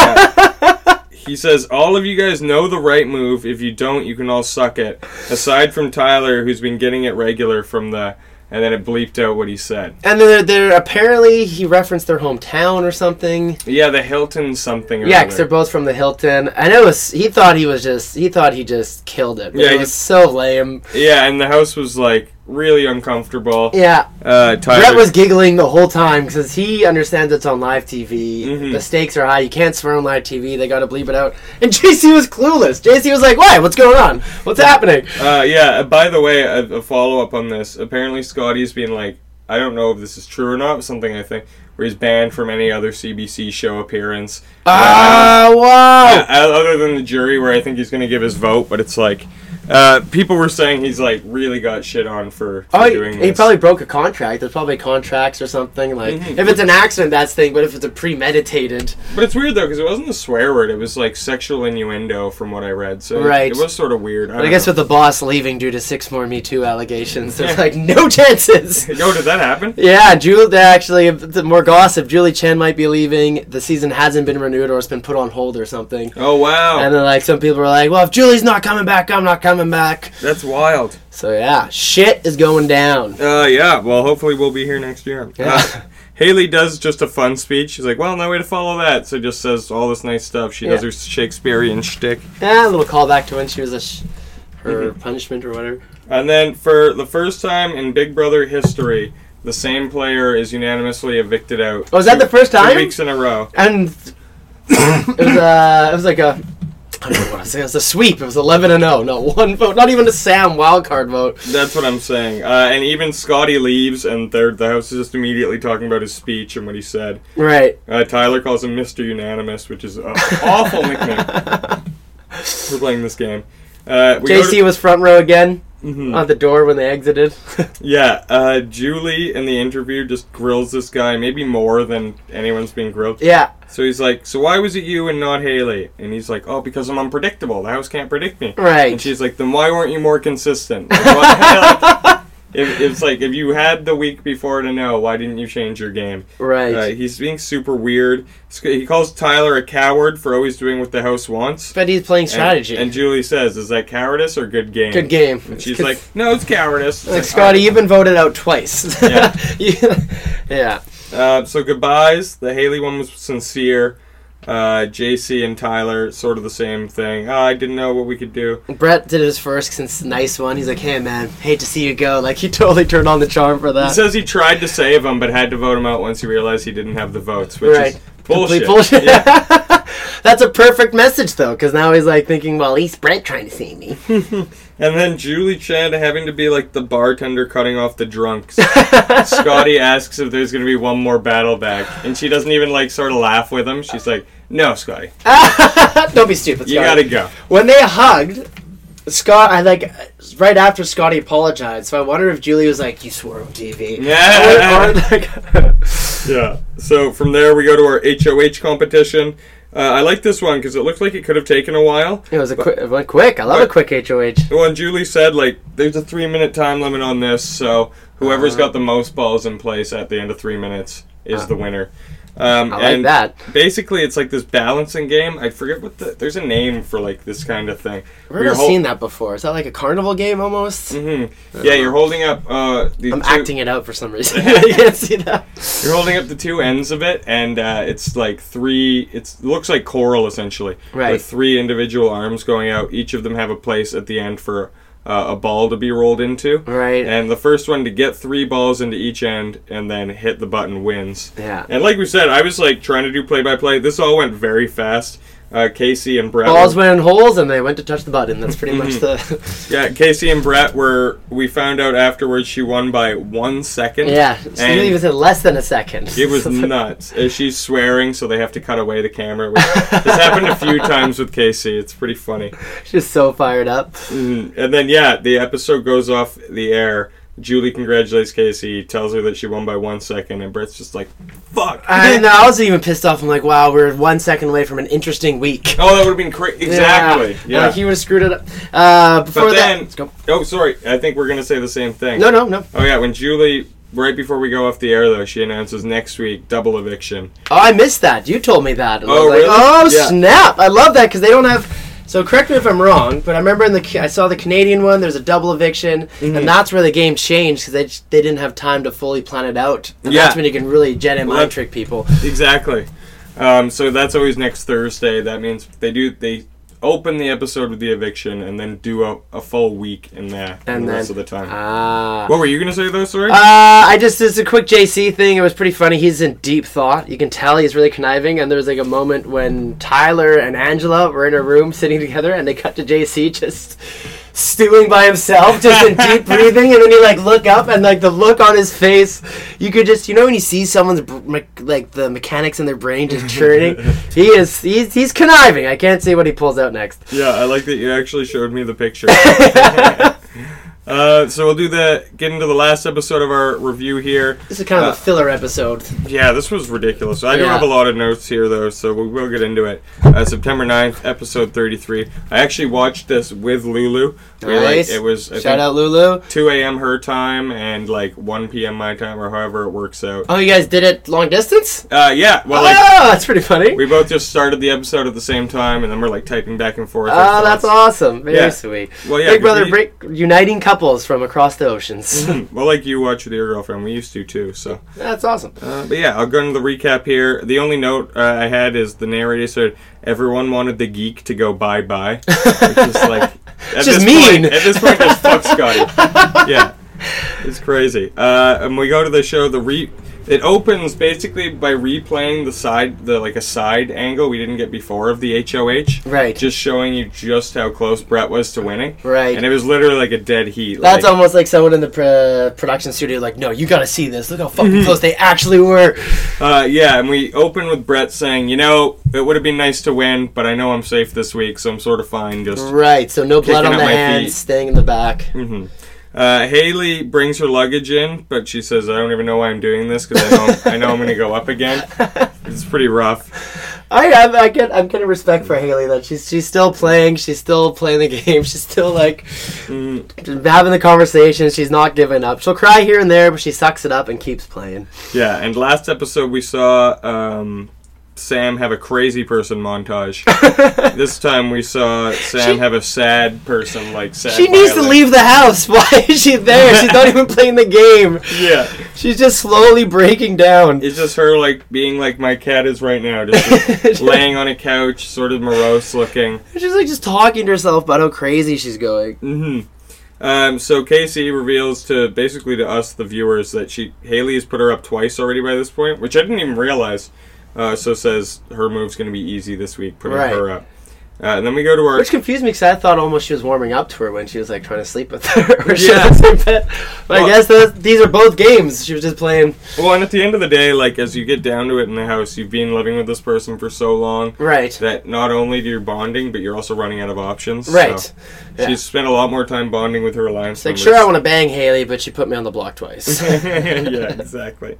Speaker 1: Uh, he says, "All of you guys know the right move. If you don't, you can all suck it." Aside from Tyler, who's been getting it regular from the and then it bleeped out what he said.
Speaker 2: And they're, they're apparently he referenced their hometown or something.
Speaker 1: Yeah, the Hilton something. Or
Speaker 2: Yeah, because
Speaker 1: other.
Speaker 2: they're both from the Hilton. And it was he thought he was just he thought he just killed it. But
Speaker 1: Yeah,
Speaker 2: it
Speaker 1: he-
Speaker 2: was so lame.
Speaker 1: yeah, and the house was like really uncomfortable.
Speaker 2: Yeah,
Speaker 1: Uh, Tyler
Speaker 2: Brett was giggling the whole time because he understands it's on live TV.
Speaker 1: Mhm.
Speaker 2: The stakes are high. You can't swear on live TV. They got to bleep it out. And JC was clueless. JC was like, "Why? What's going on? What's happening?"
Speaker 1: Uh, yeah. uh, By the way, a, a follow up on this. Apparently, Scotty's been like, I don't know if this is true or not. but Something I think where he's banned from any other CBC show appearance.
Speaker 2: Ah, wow.
Speaker 1: Uh, other than the jury, where I think he's going to give his vote, but it's like uh, people were saying he's like really got shit on for, for
Speaker 2: Oh,
Speaker 1: doing
Speaker 2: he, he
Speaker 1: this.
Speaker 2: probably broke a contract. There's probably contracts or something. Like,
Speaker 1: Mhm.
Speaker 2: if it's an accident, that's thing. But if it's a premeditated,
Speaker 1: but it's weird though because it wasn't a swear word; it was like sexual innuendo, from what I read. So it-
Speaker 2: Right.
Speaker 1: it, was sort of weird. I,
Speaker 2: but I
Speaker 1: don't
Speaker 2: guess
Speaker 1: know.
Speaker 2: with the boss leaving due to six more Me Too allegations, there's
Speaker 1: Yeah.
Speaker 2: like no chances.
Speaker 1: yo, did that happen?
Speaker 2: Yeah, Julie. Actually, if- the more gossip. Julie Chen might be leaving. The season hasn't been renewed or it's been put on hold or something.
Speaker 1: Oh wow,
Speaker 2: And then, like, some people are like, "Well, if Julie's not coming back, I'm not coming back."
Speaker 1: that's wild.
Speaker 2: So yeah, shit is going down.
Speaker 1: Uh, yeah. Well, hopefully we'll be here next year.
Speaker 2: Yeah.
Speaker 1: Uh, Haley does just a fun speech. She's like, "Well, no way to follow that." So just says all this nice stuff. She does
Speaker 2: Yeah.
Speaker 1: her Shakespearean shtick.
Speaker 2: Yeah, a little callback to when she was a sh- her
Speaker 1: Mm-hmm.
Speaker 2: punishment or whatever.
Speaker 1: And then for the first time in Big Brother history, the same player is unanimously evicted out.
Speaker 2: Oh, is that
Speaker 1: two-
Speaker 2: the first time?
Speaker 1: Two weeks in a row.
Speaker 2: and it was uh, it was like a I don't know what I was saying. It was a sweep. It was eleven and zero. No one vote. Not even a Sam wildcard vote.
Speaker 1: That's what I'm saying. Uh, and even Scotty leaves, and they're- the house is just immediately talking about his speech and what he said.
Speaker 2: Right.
Speaker 1: Uh, Tyler calls him Mr. Unanimous, which is an awful nickname for playing this game. Uh, we go
Speaker 2: JC was front row again
Speaker 1: to- Mhm.
Speaker 2: on the door when they exited.
Speaker 1: Yeah, uh, Julie in the interview just grills this guy, maybe more than anyone's been grilled.
Speaker 2: yeah.
Speaker 1: So he's like, So why was it you and not Haley? And he's like, Oh, because I'm unpredictable. The house can't predict me.
Speaker 2: Right.
Speaker 1: And she's like, Then why weren't you more consistent? Like, why- like, if, it's like, if you had the week before to know, why didn't you change your game?
Speaker 2: right.
Speaker 1: Uh, he's being super weird. Sc- He calls Tyler a coward for always doing what the house wants.
Speaker 2: But he's playing
Speaker 1: And-
Speaker 2: strategy.
Speaker 1: And, Julie says, Is that cowardice or good game?
Speaker 2: Good game.
Speaker 1: And she's like, No, it's cowardice. Uh, It's
Speaker 2: Like, Scotty,
Speaker 1: "Alright."
Speaker 2: you've been voted out twice.
Speaker 1: Yeah.
Speaker 2: yeah. yeah.
Speaker 1: Uh, so goodbyes. The Haley one was sincere. Uh, JC and Tyler, sort of the same thing. "Ah, I didn't know what we could do.
Speaker 2: Brett did his first since nice one. He's like, hey man, hate to see you go. Like he totally turned on the charm for
Speaker 1: He
Speaker 2: that.
Speaker 1: says he tried to save him, but had to vote him out once he realized he didn't have the votes, which
Speaker 2: Right.
Speaker 1: is bullshit.
Speaker 2: Complete bullshit.
Speaker 1: Yeah.
Speaker 2: That's a perfect message though, because now he's like thinking, well, at least Brett trying to see me.
Speaker 1: And then Julie Chen having to be like the bartender cutting off the drunks. Scotty asks if there's going to be one more battle back, and she doesn't even like sort of laugh with him. She's like, "No, Scotty,
Speaker 2: Don't be stupid.
Speaker 1: you got
Speaker 2: Scotty.
Speaker 1: to go."
Speaker 2: When they hugged, Scott, I like right after Scotty apologized. So I wonder if Julie was like, "You swore on TV."
Speaker 1: Yeah.
Speaker 2: Or- or, like-
Speaker 1: Yeah. So from there, we go to our HOH competition. Uh, I like this one because it looks like it could have taken a while.
Speaker 2: it was a quick. It went quick. I love a
Speaker 1: But-
Speaker 2: quick HOH.
Speaker 1: When Julie said, like, there's a three minute time limit on this, so whoever's
Speaker 2: Uh-huh.
Speaker 1: got the most balls in place at the end of three minutes is the winner. Um,
Speaker 2: I like
Speaker 1: and
Speaker 2: that.
Speaker 1: Basically, it's like this balancing game. I forget what the. There's a name for, like, this kind of thing.
Speaker 2: I've never seen that before. Is that like a carnival game almost?
Speaker 1: hmm Yeah, you're holding up. Uh, these
Speaker 2: I'm
Speaker 1: two-
Speaker 2: acting it out for some reason. I can't see that.
Speaker 1: You're holding up the two ends of it, and uh, it's like three. It looks like coral essentially,
Speaker 2: Right.
Speaker 1: With three individual arms going out. Each of them have a place at the end for uh, a ball to be rolled into.
Speaker 2: Right.
Speaker 1: And the first one to get three balls into each end and then hit the button wins.
Speaker 2: Yeah.
Speaker 1: And like we said, I was like trying to do play by play. This all went very fast. Uh, Casey and Brett.
Speaker 2: Balls
Speaker 1: were-
Speaker 2: went in holes, and they went to touch the button. That's pretty much the.
Speaker 1: yeah, Casey and Brett were. We found out afterwards she won by one second.
Speaker 2: yeah, she
Speaker 1: And-
Speaker 2: didn't even say less than a second.
Speaker 1: It was nuts. And she's swearing, so they have to cut away the camera. Which this happened a few times with Casey. It's pretty funny.
Speaker 2: She's so fired up. Mm-hmm.
Speaker 1: Mm, And then yeah, the episode goes off the air. Julie congratulates Casey, tells her that she won by one second, and Brett's just like, "Fuck."
Speaker 2: I know. I was even pissed off. I'm like, wow, we're one second away from an interesting week.
Speaker 1: Oh, that would have been crazy. Exactly. Yeah.
Speaker 2: Like, he would have screwed it up. Uh, before
Speaker 1: then-
Speaker 2: that, let's go.
Speaker 1: oh, sorry. I think we're gonna say the same thing.
Speaker 2: No, no, no.
Speaker 1: Oh yeah, when Julie. Right before we go off the air, though, she announces next week double eviction.
Speaker 2: Oh, I missed that. You told me that. And I
Speaker 1: Oh,
Speaker 2: was like,
Speaker 1: really?
Speaker 2: oh
Speaker 1: Yeah.
Speaker 2: snap! I love that because they don't have So correct me if I'm wrong, but I remember in the Ca- I saw the Canadian one. There's a double eviction,
Speaker 1: Mm-hmm.
Speaker 2: and that's where the game changed because they just- they didn't have time to fully plan it out. And
Speaker 1: Yeah.
Speaker 2: that's when you can really Jedi
Speaker 1: Well, that-
Speaker 2: mind trick people.
Speaker 1: Exactly. Um, so that's always next Thursday. That means they do they open the episode with the eviction and then do a, a full week in there
Speaker 2: And
Speaker 1: the
Speaker 2: then-
Speaker 1: rest of the time.
Speaker 2: Ah.
Speaker 1: what were you gonna say though, sorry?
Speaker 2: Uh, I just it's a quick JC thing. It was pretty funny. He's in deep thought. You can tell he's really conniving. And there was like a moment when Tyler and Angela were in a room sitting together, and they cut to JC just stewing by himself, just in deep breathing. And then he like look up, and like the look on his face, you could just you know when you see someone's br- me- like the mechanics in their brain just churning. he is he's he's conniving. I can't see what he pulls out next.
Speaker 1: yeah, I like that you actually showed me the picture. uh, so we'll do the get into the last episode of our review here.
Speaker 2: This is kind of
Speaker 1: Uh,
Speaker 2: a filler episode.
Speaker 1: Yeah, this was ridiculous. I do
Speaker 2: Yeah.
Speaker 1: have a lot of notes here, though, so we will get into it. Uh, September 9th, episode 33. I actually watched this with Lulu. We, like,
Speaker 2: Nice.
Speaker 1: it was I
Speaker 2: Shout
Speaker 1: think,
Speaker 2: out Lulu.
Speaker 1: 2 a.m. her time and like 1 p.m. my time, or however it works out.
Speaker 2: Oh, you guys did it long distance.
Speaker 1: Uh, yeah, well, like,
Speaker 2: oh, that's pretty funny.
Speaker 1: we both just started the episode at the same time, and then we're like typing back and forth. our
Speaker 2: Oh, that's
Speaker 1: thoughts.
Speaker 2: awesome. Very
Speaker 1: Yeah.
Speaker 2: sweet.
Speaker 1: Well, yeah,
Speaker 2: Big
Speaker 1: 'cause
Speaker 2: Brother
Speaker 1: we-
Speaker 2: break, uniting couples from across the oceans.
Speaker 1: Well, like you watch with your girlfriend, we used to too. So,
Speaker 2: that's awesome.
Speaker 1: uh, but yeah, I'll go into the recap here. The only note uh, I had is the narrator said everyone wanted the geek to go bye bye, which is like at
Speaker 2: It's just
Speaker 1: this
Speaker 2: mean.
Speaker 1: Point, at this point, just fuck Scotty. Yeah, it's crazy. Uh, and we go to the show. The re it opens basically by replaying the side, the like a side angle we didn't get before of the HOH.
Speaker 2: Right.
Speaker 1: Just showing you just how close Brett was to winning.
Speaker 2: Right.
Speaker 1: And it was literally like a dead heat.
Speaker 2: That's
Speaker 1: like,
Speaker 2: almost like someone in the pr- production studio, like, no, you gotta see this. Look how
Speaker 1: Mm-hmm.
Speaker 2: fucking close they actually were.
Speaker 1: Uh, yeah, and we open with Brett saying, you know, it would have been nice to win, but I know I'm safe this week, so I'm sort of fine. Just
Speaker 2: Right, so no blood
Speaker 1: Kicking
Speaker 2: on
Speaker 1: up
Speaker 2: the
Speaker 1: my
Speaker 2: hands,
Speaker 1: feet.
Speaker 2: staying in the back.
Speaker 1: Mhm. Uh, Haley brings her luggage in, but she says, I don't even know why I'm doing this because I know, I know I'm going to go up again. It's pretty rough.
Speaker 2: I, I, I get, I'm getting respect for Haley that she's she's still playing, she's still playing the game, she's still like
Speaker 1: Mm,
Speaker 2: having the conversation. She's not giving up. She'll cry here and there, but she sucks it up and keeps playing.
Speaker 1: yeah, and last episode we saw um, Sam have a crazy person montage. this time we saw Sam
Speaker 2: She-
Speaker 1: have a sad person, like sad.
Speaker 2: She needs to
Speaker 1: violin.
Speaker 2: leave the house. Why is she there? She's not even playing the game.
Speaker 1: Yeah.
Speaker 2: She's just slowly breaking down.
Speaker 1: It's just her like being like my cat is right now, just laying on a couch, sort of morose looking.
Speaker 2: She's like just talking to herself about how crazy she's going.
Speaker 1: hmm Um, so Casey reveals to basically to us the viewers that she Haley has put her up twice already by this point, which I didn't even realize. Uh, so says her move's going to be easy this week, putting
Speaker 2: Right.
Speaker 1: her up. Uh, and then we go to our
Speaker 2: Which confused me because I thought almost she was warming up to her when she was like trying to sleep with her. or she
Speaker 1: Yeah.
Speaker 2: was in bed. But I
Speaker 1: Well-
Speaker 2: guess those, these are both games. She was just playing.
Speaker 1: well, and at the end of the day, like as you get down to it in the house, you've been living with this person for so long
Speaker 2: Right.
Speaker 1: that not only do you're bonding, but you're also running out of options.
Speaker 2: Right.
Speaker 1: So
Speaker 2: Yeah.
Speaker 1: She's spent a lot more time bonding with her alliance.
Speaker 2: It's like,
Speaker 1: members.
Speaker 2: sure, I want to bang Haley, but she put me on the block twice.
Speaker 1: yeah, exactly.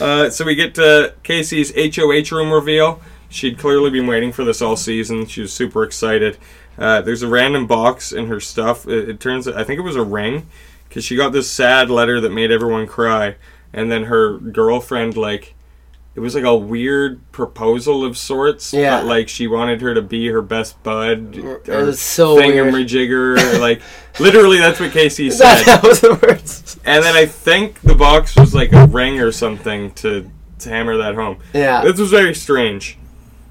Speaker 1: Uh, so we get to Casey's HOH room reveal. She'd clearly been waiting for this all season. She was super excited. Uh, there's a random box in her stuff. It, it turns, I think it was a ring, because she got this sad letter that made everyone cry. And then her girlfriend, like, it was like a weird proposal of sorts.
Speaker 2: Yeah.
Speaker 1: But, like, she wanted her to be her best bud.
Speaker 2: It
Speaker 1: or
Speaker 2: was so weird.
Speaker 1: thingamajigger. like, literally, that's what Casey said.
Speaker 2: that, that was the worst.
Speaker 1: And then I think the box was like a ring or something to, to hammer that home.
Speaker 2: Yeah.
Speaker 1: This was very strange,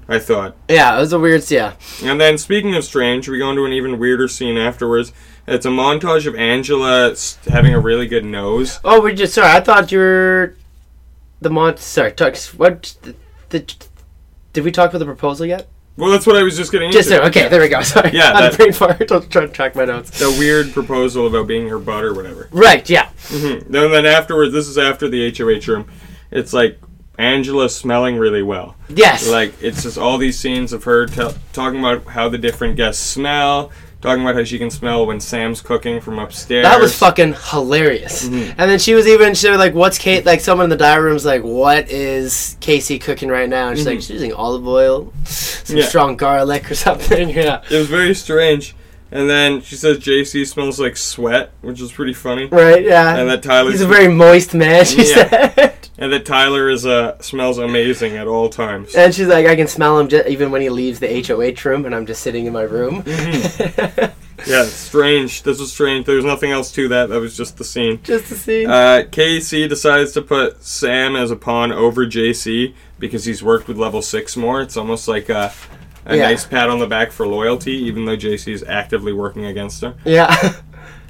Speaker 1: I thought.
Speaker 2: Yeah, it was a weird. Yeah.
Speaker 1: And then, speaking of strange, we go into an even weirder scene afterwards. It's a montage of Angela s- having a really good nose.
Speaker 2: Oh, we just sorry. I thought you were the mon. Sorry, tux. What the, the, did we talk about the proposal yet?
Speaker 1: Well, that's what I was just getting
Speaker 2: Just
Speaker 1: into.
Speaker 2: there. Okay, there we go. Sorry.
Speaker 1: Yeah,
Speaker 2: I had
Speaker 1: that-
Speaker 2: a brain fart. I'll try to track my notes.
Speaker 1: The weird proposal about being her butt or whatever.
Speaker 2: Right. Yeah.
Speaker 1: Mm-hmm. And then afterwards, this is after the HOH room. It's like Angela smelling really well.
Speaker 2: Yes.
Speaker 1: like it's just all these scenes of her tell talking about how the different guests smell talking about how she can smell when sam's cooking from upstairs
Speaker 2: that was fucking hilarious.
Speaker 1: Mm-hmm.
Speaker 2: And then she was even she was like, "What's Kate?" Like someone in the diary room's like, "What is Casey cooking right now?" And she's like, "She's using olive oil, some
Speaker 1: Mm-hmm. Yeah.
Speaker 2: strong garlic or something." Yeah.
Speaker 1: it was very strange and then she says jc smells like sweat which is pretty funny
Speaker 2: Right. Yeah.
Speaker 1: and that tyler's
Speaker 2: He's a very moist man. She
Speaker 1: Yeah.
Speaker 2: said.
Speaker 1: and that Tyler is uh, smells amazing at all times.
Speaker 2: And she's like, I can smell him just, even when he leaves the HOH room, and I'm just sitting in my room.
Speaker 1: Mm-hmm. Yeah, it's strange. This was strange. There was nothing else to that. That was just the scene.
Speaker 2: just to see.
Speaker 1: Uh, KC decides to put Sam as a pawn over JC because he's worked with level six more. It's almost like a, a
Speaker 2: Yeah.
Speaker 1: nice pat on the back for loyalty, even though JC is actively working against her.
Speaker 2: yeah.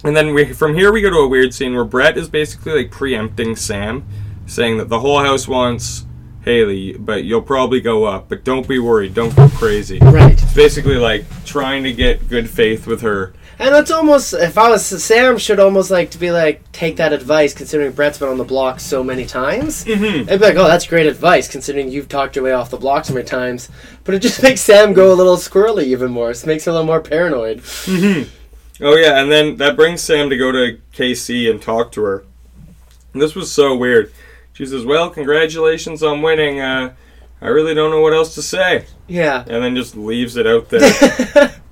Speaker 1: And then we from here we go to a weird scene where Brett is basically like preempting Sam, saying that the whole house wants Haley, but you'll probably go up. But don't be worried. Don't go crazy.
Speaker 2: right.
Speaker 1: It's basically like trying to get good faith with her.
Speaker 2: And it's almost if I was Sam should almost like to be like take that advice considering Brett's been on the block so many times. Mm-hmm. It'd be like, oh, that's great advice considering you've talked your way off the block so many times. But it just makes Sam go a little squirrely even more. It makes her a little more paranoid.
Speaker 1: Oh yeah, and then that brings Sam to go to KC and talk to her. And this was so weird. She says, "Well, congratulations on winning. Uh, I really don't know what else to say,"
Speaker 2: Yeah.
Speaker 1: and then just leaves it out there.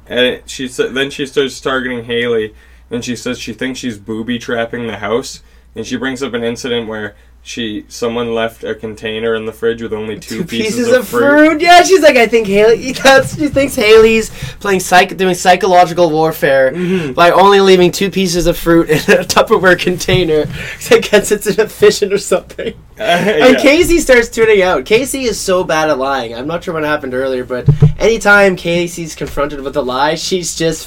Speaker 1: and it, she sa- then she starts targeting Haley, and she says she thinks she's booby trapping the house, and she brings up an incident where she someone left a container in the fridge with only two,
Speaker 2: Two
Speaker 1: pieces, of, fruit.
Speaker 2: fruit. Yeah, she's like, I think Haley. That's she thinks Haley's playing psych, doing psychological warfare
Speaker 1: Mm-hmm.
Speaker 2: by only leaving two pieces of fruit in a Tupperware container. 'cause I guess it's inefficient or something. And
Speaker 1: Yeah.
Speaker 2: Casey starts tuning out. Casey is so bad at lying. I'm not sure what happened earlier, but anytime Casey's confronted with a lie, she's just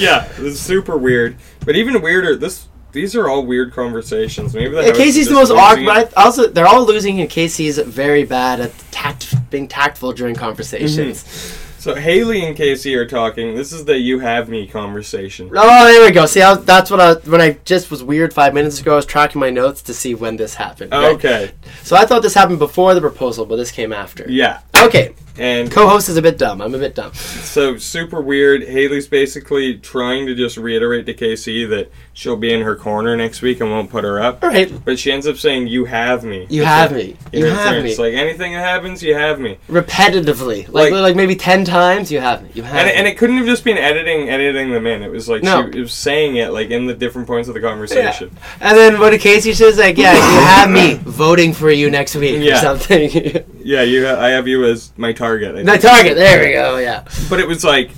Speaker 1: yeah, this is super weird. But even weirder, this these are all weird conversations. Maybe the
Speaker 2: Yeah,
Speaker 1: house is
Speaker 2: Casey's the
Speaker 1: just
Speaker 2: most awkward.
Speaker 1: losing it.
Speaker 2: I- Also, they're all losing, and Casey's very bad at tact, being tactful during conversations.
Speaker 1: Mm-hmm. So Haley and Casey are talking. This is the "you have me" conversation.
Speaker 2: Oh, there we go. See, I was, that's what I when I just was weird five minutes ago. I was tracking my notes to see when this happened. right?
Speaker 1: Oh, Okay,
Speaker 2: So I thought this happened before the proposal, but this came after.
Speaker 1: yeah,
Speaker 2: Okay.
Speaker 1: and
Speaker 2: Co-host is a bit dumb. I'm a bit dumb.
Speaker 1: so super weird. Haley's basically trying to just reiterate to Casey that she'll be in her corner next week and won't put her up.
Speaker 2: All right.
Speaker 1: But she ends up saying, "You have me."
Speaker 2: You
Speaker 1: It's
Speaker 2: have
Speaker 1: like-
Speaker 2: me. You have me.
Speaker 1: It's like anything that happens, you have me.
Speaker 2: Repetitively, like,
Speaker 1: Like-
Speaker 2: like maybe ten times. You have me. You have
Speaker 1: And,
Speaker 2: me.
Speaker 1: and it couldn't have just been editing editing them in. It was like
Speaker 2: No.
Speaker 1: she was saying it like in the different points of the conversation.
Speaker 2: And then what did Casey says like, yeah, you have me voting for you next week
Speaker 1: Yeah.
Speaker 2: or something.
Speaker 1: Yeah, you. Ha- I have you as my target. I
Speaker 2: the
Speaker 1: think.
Speaker 2: target. There we go. Yeah.
Speaker 1: But it was like,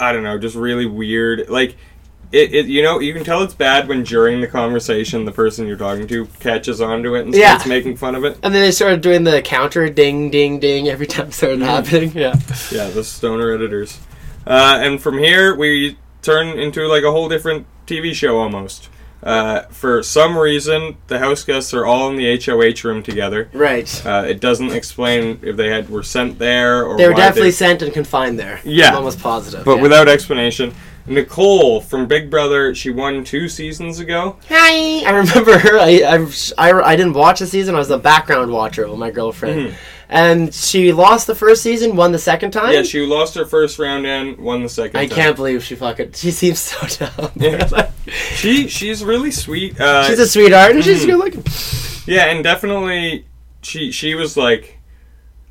Speaker 1: I don't know, just really weird. Like, it, it. You know, you can tell it's bad when during the conversation the person you're talking to catches onto it and
Speaker 2: Yeah.
Speaker 1: starts making fun of it.
Speaker 2: And then they started doing the counter ding ding ding every time it started happening. Yeah.
Speaker 1: Mm-hmm. Yeah, the stoner editors. Uh, and from here we turn into like a whole different TV show almost. Uh, for some reason, the house guests are all in the HOH room together.
Speaker 2: Right.
Speaker 1: Uh, it doesn't explain if they had were sent there or
Speaker 2: They were
Speaker 1: why
Speaker 2: definitely sent and confined there.
Speaker 1: Yeah.
Speaker 2: I'm almost positive.
Speaker 1: but
Speaker 2: yeah.
Speaker 1: without explanation. Nicole from Big Brother, she won two seasons ago.
Speaker 2: Hi! I remember her. I, I, I, I didn't watch the season. I was the background watcher with my girlfriend. And she lost the first season, won the second time.
Speaker 1: Mm-hmm. Yeah, she lost her first round and won the second.
Speaker 2: I
Speaker 1: time.
Speaker 2: can't believe she fucking. She seems so dumb.
Speaker 1: Yeah. She she's really sweet. Uh,
Speaker 2: she's a sweetheart and she's good looking.
Speaker 1: yeah, and definitely she she was like.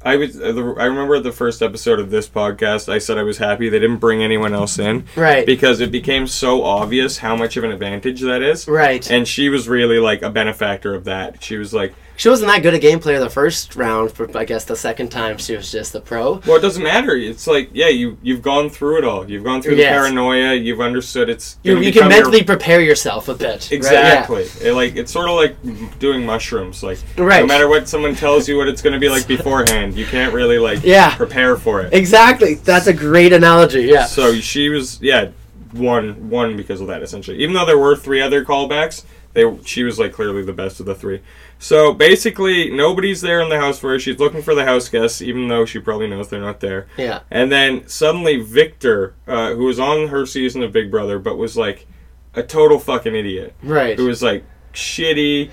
Speaker 1: I was. uh, the- I remember the first episode of this podcast. I said I was happy they didn't bring anyone else in
Speaker 2: Right.
Speaker 1: because it became so obvious how much of an advantage that is.
Speaker 2: Right.
Speaker 1: And she was really like a benefactor of that. She was like,
Speaker 2: She wasn't that good a game player the first round, but I guess the second time she was just the pro.
Speaker 1: Well, it doesn't matter. It's like, yeah, you you've gone through it all. You've gone through
Speaker 2: Yes.
Speaker 1: the paranoia. You've understood it's.
Speaker 2: You,
Speaker 1: gonna
Speaker 2: you can
Speaker 1: become your-
Speaker 2: mentally prepare yourself a bit.
Speaker 1: exactly. It, like it's sort of like doing mushrooms. Like no
Speaker 2: Right.
Speaker 1: matter what someone tells you, what it's going to be like beforehand, you can't really like
Speaker 2: Yeah.
Speaker 1: prepare for it.
Speaker 2: Yeah. Exactly. That's a great analogy. Yeah.
Speaker 1: So she was yeah one one because of that essentially. Even though there were three other callbacks, they she was like clearly the best of the three. So basically, nobody's there in the house for her. She's looking for the house guests, even though she probably knows they're not there.
Speaker 2: Yeah.
Speaker 1: And then suddenly Victor, uh, who was on her season of Big Brother, but was like a total fucking idiot.
Speaker 2: Right.
Speaker 1: Who was like shitty,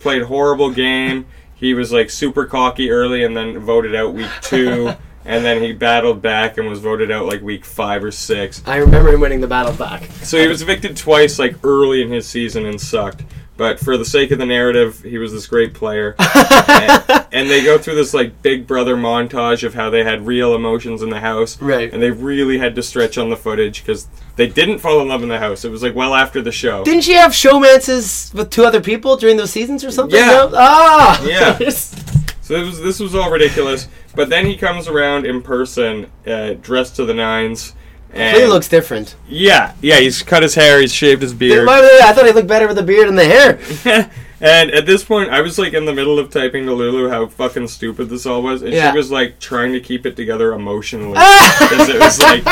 Speaker 1: played horrible game. He was like super cocky early and then voted out week two. and then he battled back and was voted out like week five or six.
Speaker 2: I remember him winning the battle back.
Speaker 1: So he was evicted twice, like early in his season, and sucked. But for the sake of the narrative, he was this great player. and, and they go through this like Big Brother montage of how they had real emotions in the house,
Speaker 2: Right.
Speaker 1: And they really had to stretch on the footage because they didn't fall in love in the house. It was like well after the show.
Speaker 2: Didn't she have showmances with two other people during those seasons or something?
Speaker 1: Yeah.
Speaker 2: No? Ah.
Speaker 1: Yeah. So this was this was all ridiculous. But then he comes around in person, uh, dressed to the nines. And
Speaker 2: Really looks different.
Speaker 1: yeah, yeah. He's cut his hair. He's shaved his beard.
Speaker 2: By the way, I thought he looked better with the beard and the hair.
Speaker 1: and at this point, I was like in the middle of typing to Lulu how fucking stupid this all was, and
Speaker 2: Yeah.
Speaker 1: she was like trying to keep it together emotionally because it was like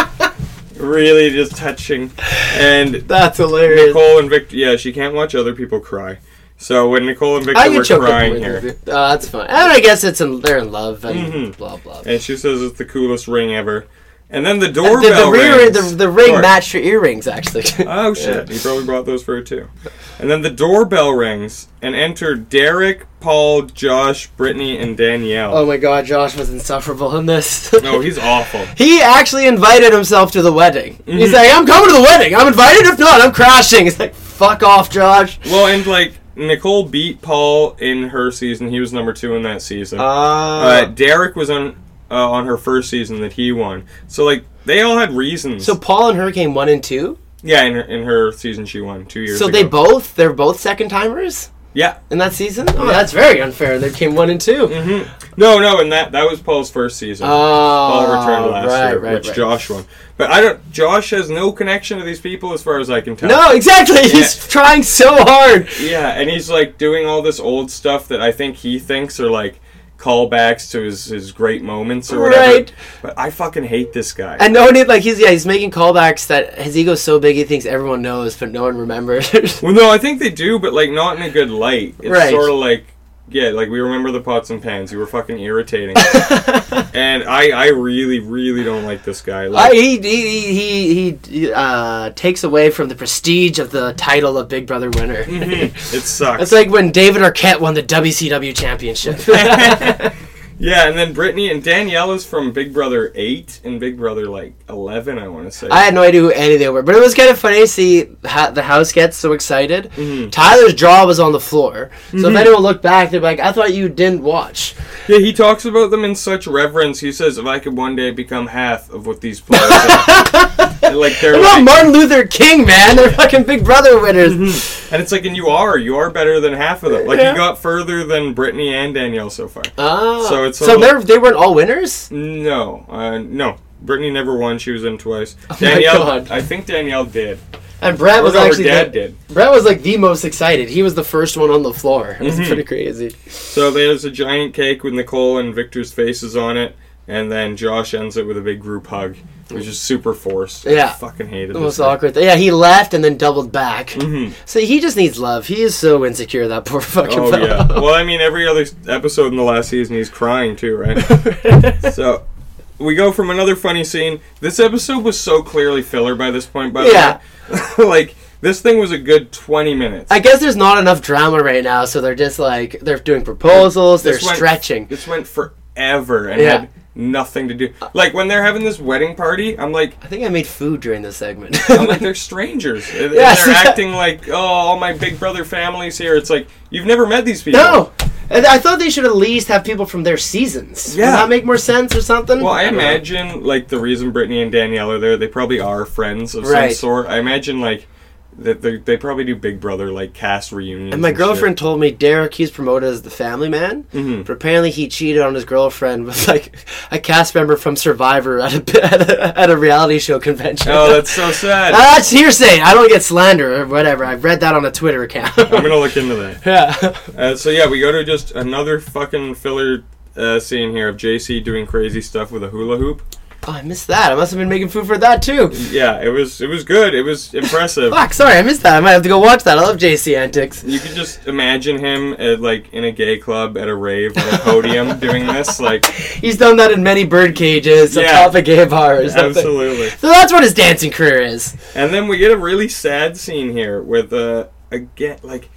Speaker 1: really just touching. And
Speaker 2: That's hilarious.
Speaker 1: Nicole and Victor, yeah, she can't watch other people cry. So when Nicole and
Speaker 2: I
Speaker 1: Victor
Speaker 2: can
Speaker 1: were
Speaker 2: choke up
Speaker 1: crying
Speaker 2: with
Speaker 1: here,
Speaker 2: it. Oh, that's fine. And I guess it's in, they're in love and
Speaker 1: Mhm.
Speaker 2: blah blah.
Speaker 1: and she says it's the coolest ring ever, and then the
Speaker 2: Uh, the,
Speaker 1: doorbell
Speaker 2: the, rear,
Speaker 1: rings.
Speaker 2: the, the ring
Speaker 1: Sorry.
Speaker 2: matched your earrings actually.
Speaker 1: Oh shit! He probably brought those for her too. And then the doorbell rings, and enter Derek, Paul, Josh, Brittany, and Danielle.
Speaker 2: oh my god, Josh was insufferable in this.
Speaker 1: No, he's awful.
Speaker 2: He actually invited himself to the wedding.
Speaker 1: Mm-hmm.
Speaker 2: He's like, I'm coming to the wedding. I'm invited. If not, I'm crashing. It's like, fuck off, Josh.
Speaker 1: Well, and like Nicole beat Paul in her season. He was number two in that season. Uh,
Speaker 2: Uh,
Speaker 1: Derek was on uh, on her first season that he won. So like they all had reasons.
Speaker 2: so Paul and her came one and two.
Speaker 1: yeah, in her, in her season she won two years.
Speaker 2: So
Speaker 1: ago.
Speaker 2: they both they're both second timers
Speaker 1: Yeah.
Speaker 2: in that season. Oh, that's very unfair. They came one and two.
Speaker 1: hmm No, no, and that that was Paul's first season. Paul
Speaker 2: Oh,
Speaker 1: returned last
Speaker 2: right,
Speaker 1: year,
Speaker 2: right,
Speaker 1: which
Speaker 2: right.
Speaker 1: Josh won. But I don't. Josh has no connection to these people, as far as I can tell.
Speaker 2: No, exactly. He's trying so hard.
Speaker 1: Yeah, and he's like doing all this old stuff that I think he thinks are like callbacks to his, his great moments or whatever.
Speaker 2: Right.
Speaker 1: But I fucking hate this guy.
Speaker 2: And no one did, like he's yeah he's making callbacks that his ego's so big he thinks everyone knows but no one remembers.
Speaker 1: well, no, I think they do, but like not in a good light. It's
Speaker 2: Right.
Speaker 1: sort of like yeah, like we remember the pots and pans. You were fucking irritating, and I I really really don't like this guy.
Speaker 2: I,
Speaker 1: Like,
Speaker 2: he he he, he uh, takes away from the prestige of the title of Big Brother winner.
Speaker 1: it sucks.
Speaker 2: That's like when David Arquette won the WCW championship.
Speaker 1: yeah, and then Brittany and Danielle is from Big Brother eight and Big Brother like eleven. I want to say.
Speaker 2: I had no idea who any of they were, but it was kind of funny to see how the house gets so excited.
Speaker 1: Mhm.
Speaker 2: Tyler's jaw was on the floor, so if anyone looked back, they're like, "I thought you didn't watch."
Speaker 1: Yeah, he talks about them in such reverence. He says, "If I could one day become half of what these players are, and, like they're
Speaker 2: They're not
Speaker 1: like,
Speaker 2: Martin Luther King, man. They're fucking Big Brother winners.
Speaker 1: and it's like, and you are, you are better than half of them. Like
Speaker 2: Yeah.
Speaker 1: you got further than Brittany and Danielle so far.
Speaker 2: Ah,
Speaker 1: So it's a
Speaker 2: so
Speaker 1: little-
Speaker 2: they're- they weren't all winners.
Speaker 1: No, uh, no, Brittany never won. She was in twice.
Speaker 2: Oh my
Speaker 1: Danielle,
Speaker 2: God.
Speaker 1: I think Danielle did.
Speaker 2: And Brad
Speaker 1: Or
Speaker 2: was
Speaker 1: no, her
Speaker 2: actually
Speaker 1: dad
Speaker 2: the,
Speaker 1: did.
Speaker 2: Brad was like the most excited. He was the first one on the floor. It was
Speaker 1: Mm-hmm.
Speaker 2: pretty crazy.
Speaker 1: So there's a giant cake with Nicole and Victor's faces on it, and then Josh ends it with a big group hug, which is super forced.
Speaker 2: Yeah.
Speaker 1: I fucking hated
Speaker 2: The
Speaker 1: this.
Speaker 2: most awkward. Thing. Yeah, he left and then doubled back.
Speaker 1: Mm-hmm.
Speaker 2: So he just needs love. He is so insecure. That poor fucking.
Speaker 1: Oh
Speaker 2: fellow.
Speaker 1: yeah. Well, I mean, every other s- episode in the last season, he's crying too, right? so we go from another funny scene. This episode was so clearly filler by this point. By
Speaker 2: Yeah.
Speaker 1: the way, like this thing was a good twenty minutes.
Speaker 2: I guess there's not enough drama right now, so they're just like they're doing proposals, they're
Speaker 1: This went-
Speaker 2: stretching.
Speaker 1: This went forever and
Speaker 2: Yeah.
Speaker 1: had nothing to do. Like when they're having this wedding party, I'm like.
Speaker 2: I think I made food during this segment.
Speaker 1: I'm like they're strangers. And- and
Speaker 2: Yes,
Speaker 1: they're
Speaker 2: yeah.
Speaker 1: acting like, oh, all my big brother family's here. It's like you've never met these people.
Speaker 2: no, and I thought they should at least have people from their seasons.
Speaker 1: Yeah.
Speaker 2: Does that make more sense or something?
Speaker 1: Well, I
Speaker 2: don't know.
Speaker 1: imagine like the reason Brittany and Danielle are there, they probably are friends of some
Speaker 2: Right.
Speaker 1: sort. I imagine like that they, they probably do Big Brother like cast reunions.
Speaker 2: And my girlfriend told me Derek he's promoted as the family man,
Speaker 1: Mhm.
Speaker 2: but apparently he cheated on his girlfriend with like a cast member from Survivor at a at a, at a reality show convention. Uh,
Speaker 1: Oh, that's so sad.
Speaker 2: that's hearsay. I don't get slander or whatever. I read that on a Twitter account.
Speaker 1: I'm gonna look into that.
Speaker 2: yeah. Oh,
Speaker 1: Uh, so yeah, we go to just another fucking filler uh, scene here of JC doing crazy stuff with a hula hoop.
Speaker 2: Oh, I missed that. I must have been making food for that too.
Speaker 1: Yeah, it was it was good. It was impressive.
Speaker 2: Fuck, sorry, I missed that. I might have to go watch that. I love JC Antics.
Speaker 1: You could just imagine him at, like in a gay club at a rave on a podium doing this. Like
Speaker 2: He's done that in many bird cages
Speaker 1: Yeah.
Speaker 2: atop a gay bar or something.
Speaker 1: absolutely.
Speaker 2: So that's what his dancing career is.
Speaker 1: And then we get a really sad scene here with uh again like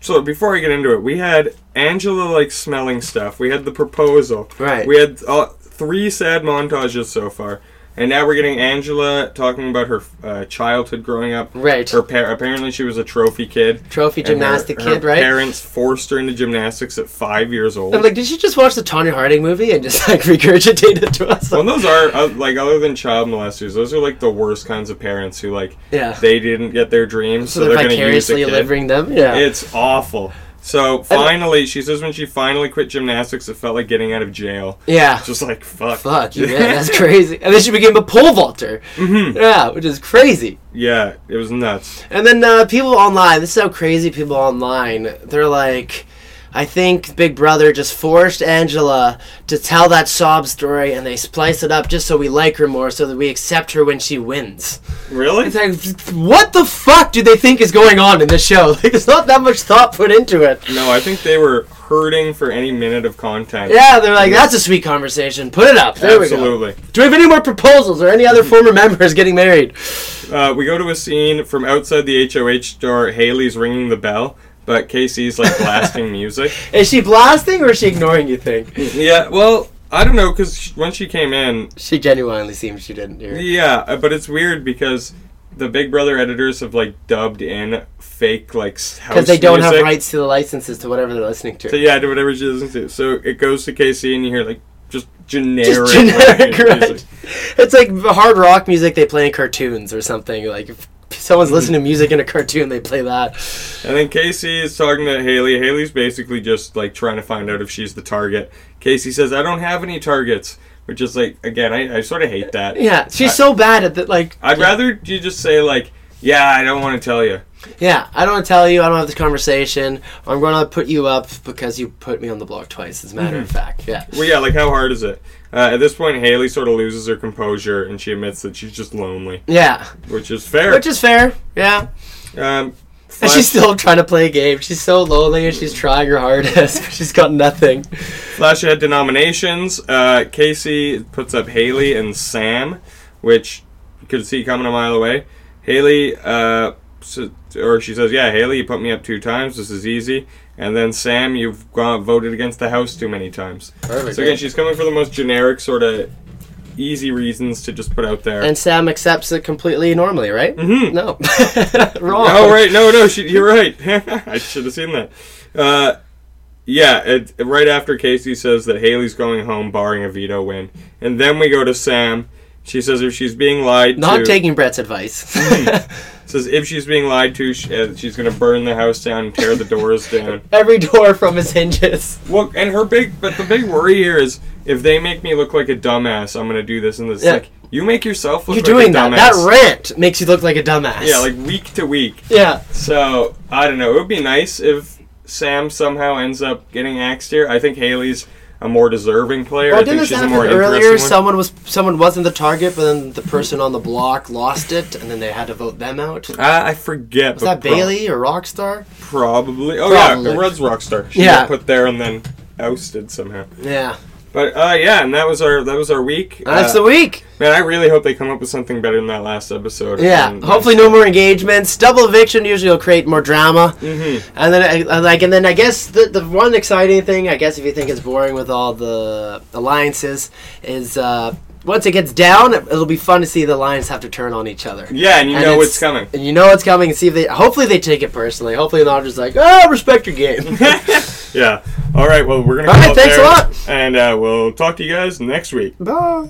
Speaker 1: so before I get into it, we had Angela like smelling stuff. We had the proposal.
Speaker 2: Right.
Speaker 1: We had uh, three sad montages so far. And now we're getting Angela talking about her uh, childhood growing up.
Speaker 2: Right.
Speaker 1: Her par- apparently she was a trophy kid.
Speaker 2: Trophy
Speaker 1: and her-
Speaker 2: gymnastic
Speaker 1: her
Speaker 2: kid, right?
Speaker 1: Parents forced her into gymnastics at five years old.
Speaker 2: I'm like, did she just watch the Tanya Harding movie and just like regurgitate it to us?
Speaker 1: well, those are uh, like other than child molesters, those are like the worst kinds of parents who like
Speaker 2: Yeah.
Speaker 1: they didn't get their dreams, so,
Speaker 2: so
Speaker 1: they're
Speaker 2: they're
Speaker 1: going to use the
Speaker 2: vicariously
Speaker 1: kid.
Speaker 2: delivering them. Yeah.
Speaker 1: It's awful. So finally, she says when she finally quit gymnastics, it felt like getting out of jail.
Speaker 2: yeah.
Speaker 1: Just like fuck.
Speaker 2: Fuck you, man. That's crazy. And then she became a pole vaulter.
Speaker 1: Mhm.
Speaker 2: Yeah, which is crazy.
Speaker 1: yeah, it was nuts.
Speaker 2: And then uh, people online, this is how crazy people online, they're like, I think Big Brother just forced Angela to tell that sob story and they splice it up just so we like her more so that we accept her when she wins.
Speaker 1: Really?
Speaker 2: It's like, what the fuck do they think is going on in this show? Like, there's not that much thought put into it.
Speaker 1: No, I think they were hurting for any minute of content.
Speaker 2: Yeah, they're like, that's a sweet conversation. Put it up. There we go.
Speaker 1: Absolutely.
Speaker 2: Do we have any more proposals or any other former members getting married?
Speaker 1: Uh, we go to a scene from outside the HOH store. Haley's ringing the bell, but Casey's like blasting music.
Speaker 2: Is she blasting or is she ignoring you think?
Speaker 1: Yeah, well, I don't know because when she came in,
Speaker 2: She genuinely seems she didn't hear. it.
Speaker 1: yeah, uh, but it's weird because the Big Brother editors have like dubbed in fake like s- house
Speaker 2: Because they don't have
Speaker 1: music.
Speaker 2: rights to the licenses to whatever they're listening
Speaker 1: So
Speaker 2: to.
Speaker 1: yeah, to whatever she listens to. So it goes to Casey, and you hear like just generic,
Speaker 2: Just generic,
Speaker 1: like, music.
Speaker 2: right? It's like the hard rock music they play in cartoons or something. Like if someone's
Speaker 1: Mm-hmm.
Speaker 2: listening to music in a cartoon, they play that.
Speaker 1: And then Casey is talking to Haley. Haley's basically just like trying to find out if she's the target. Casey says, "I don't have any targets," which is like, again, I, I sort of hate that.
Speaker 2: Yeah, she's so bad at that. Like,
Speaker 1: I'd rather you just say like, "Yeah, I don't want to tell you."
Speaker 2: yeah, I don't want to tell you. I don't have this conversation. I'm going to put you up because you put me on the block twice. As a matter of fact, yeah.
Speaker 1: Mm-hmm. Well, yeah, like how hard is it? Uh, at this point, Haley sort of loses her composure and she admits that she's just lonely,
Speaker 2: Yeah,
Speaker 1: which is fair.
Speaker 2: which is fair. Yeah,
Speaker 1: um,
Speaker 2: and
Speaker 1: flash,
Speaker 2: she's still trying to play a game. She's so lonely, and she's trying her hardest, but she's got nothing.
Speaker 1: flash ahead to nominations. Uh, Casey puts up Haley and Sam, which you could see coming a mile away. Haley, uh, s- or she says, "Yeah, Haley, you put me up two times. This is easy." And then Sam, you've gone, voted against the house too many times.
Speaker 2: Perfect.
Speaker 1: So again, she's coming for the most generic sort of easy reasons to just put out there.
Speaker 2: And Sam accepts it completely normally, right?
Speaker 1: Mhm.
Speaker 2: No. Wrong.
Speaker 1: Oh right, no, no, she, you're right. I should have seen that. Uh, yeah, it, right after Casey says that Haley's going home, barring a veto win, and then we go to Sam. She says if she's being lied
Speaker 2: Not
Speaker 1: to,
Speaker 2: taking Brett's advice.
Speaker 1: Mm-hmm. says if she's being lied to, she, uh, she's gonna burn the house down and tear the doors down.
Speaker 2: Every door from his hinges.
Speaker 1: Well, and her big, but the big worry here is if they make me look like a dumbass, I'm gonna do this and this.
Speaker 2: Yeah.
Speaker 1: Like you make yourself look
Speaker 2: You're
Speaker 1: like
Speaker 2: doing
Speaker 1: a
Speaker 2: that.
Speaker 1: dumbass.
Speaker 2: That rant makes you look like a dumbass.
Speaker 1: yeah, like week to week.
Speaker 2: yeah.
Speaker 1: So I don't know. It would be nice if Sam somehow ends up getting axed here. I think Haley's a more deserving player.
Speaker 2: Well,
Speaker 1: I think
Speaker 2: didn't this
Speaker 1: she's a
Speaker 2: happen
Speaker 1: more
Speaker 2: earlier?
Speaker 1: interesting one.
Speaker 2: Someone was someone wasn't the target, but then the person on the block lost it, and then they had to vote them out. Was
Speaker 1: Uh, I forget. but
Speaker 2: that
Speaker 1: pro-
Speaker 2: Bailey or Rockstar?
Speaker 1: Probably. Oh
Speaker 2: Probably.
Speaker 1: yeah, Red's Rockstar. She
Speaker 2: Yeah.
Speaker 1: got put there and then ousted somehow.
Speaker 2: Yeah,
Speaker 1: But uh, yeah, and that was our that was our week.
Speaker 2: that's
Speaker 1: uh,
Speaker 2: the week.
Speaker 1: man. I really hope they come up with something better than that last episode.
Speaker 2: Yeah,
Speaker 1: And-
Speaker 2: Mm. hopefully no more engagements. Double eviction usually will create more drama,
Speaker 1: Mhm.
Speaker 2: and then I- I, like and then I guess the the one exciting thing I guess if you think it's boring with all the alliances is uh, once it gets down, it'll be fun to see the alliance have to turn on each other.
Speaker 1: Yeah, and you
Speaker 2: And
Speaker 1: know
Speaker 2: it's-
Speaker 1: what's coming.
Speaker 2: And you know it's coming. And see if they. Hopefully they take it personally. Hopefully not just like, oh, respect your game.
Speaker 1: Yeah. All right. Well, we're gonna.
Speaker 2: All
Speaker 1: call
Speaker 2: right,
Speaker 1: it
Speaker 2: thanks a
Speaker 1: there,
Speaker 2: lot.
Speaker 1: And uh, we'll talk to you guys next week.
Speaker 2: Bye.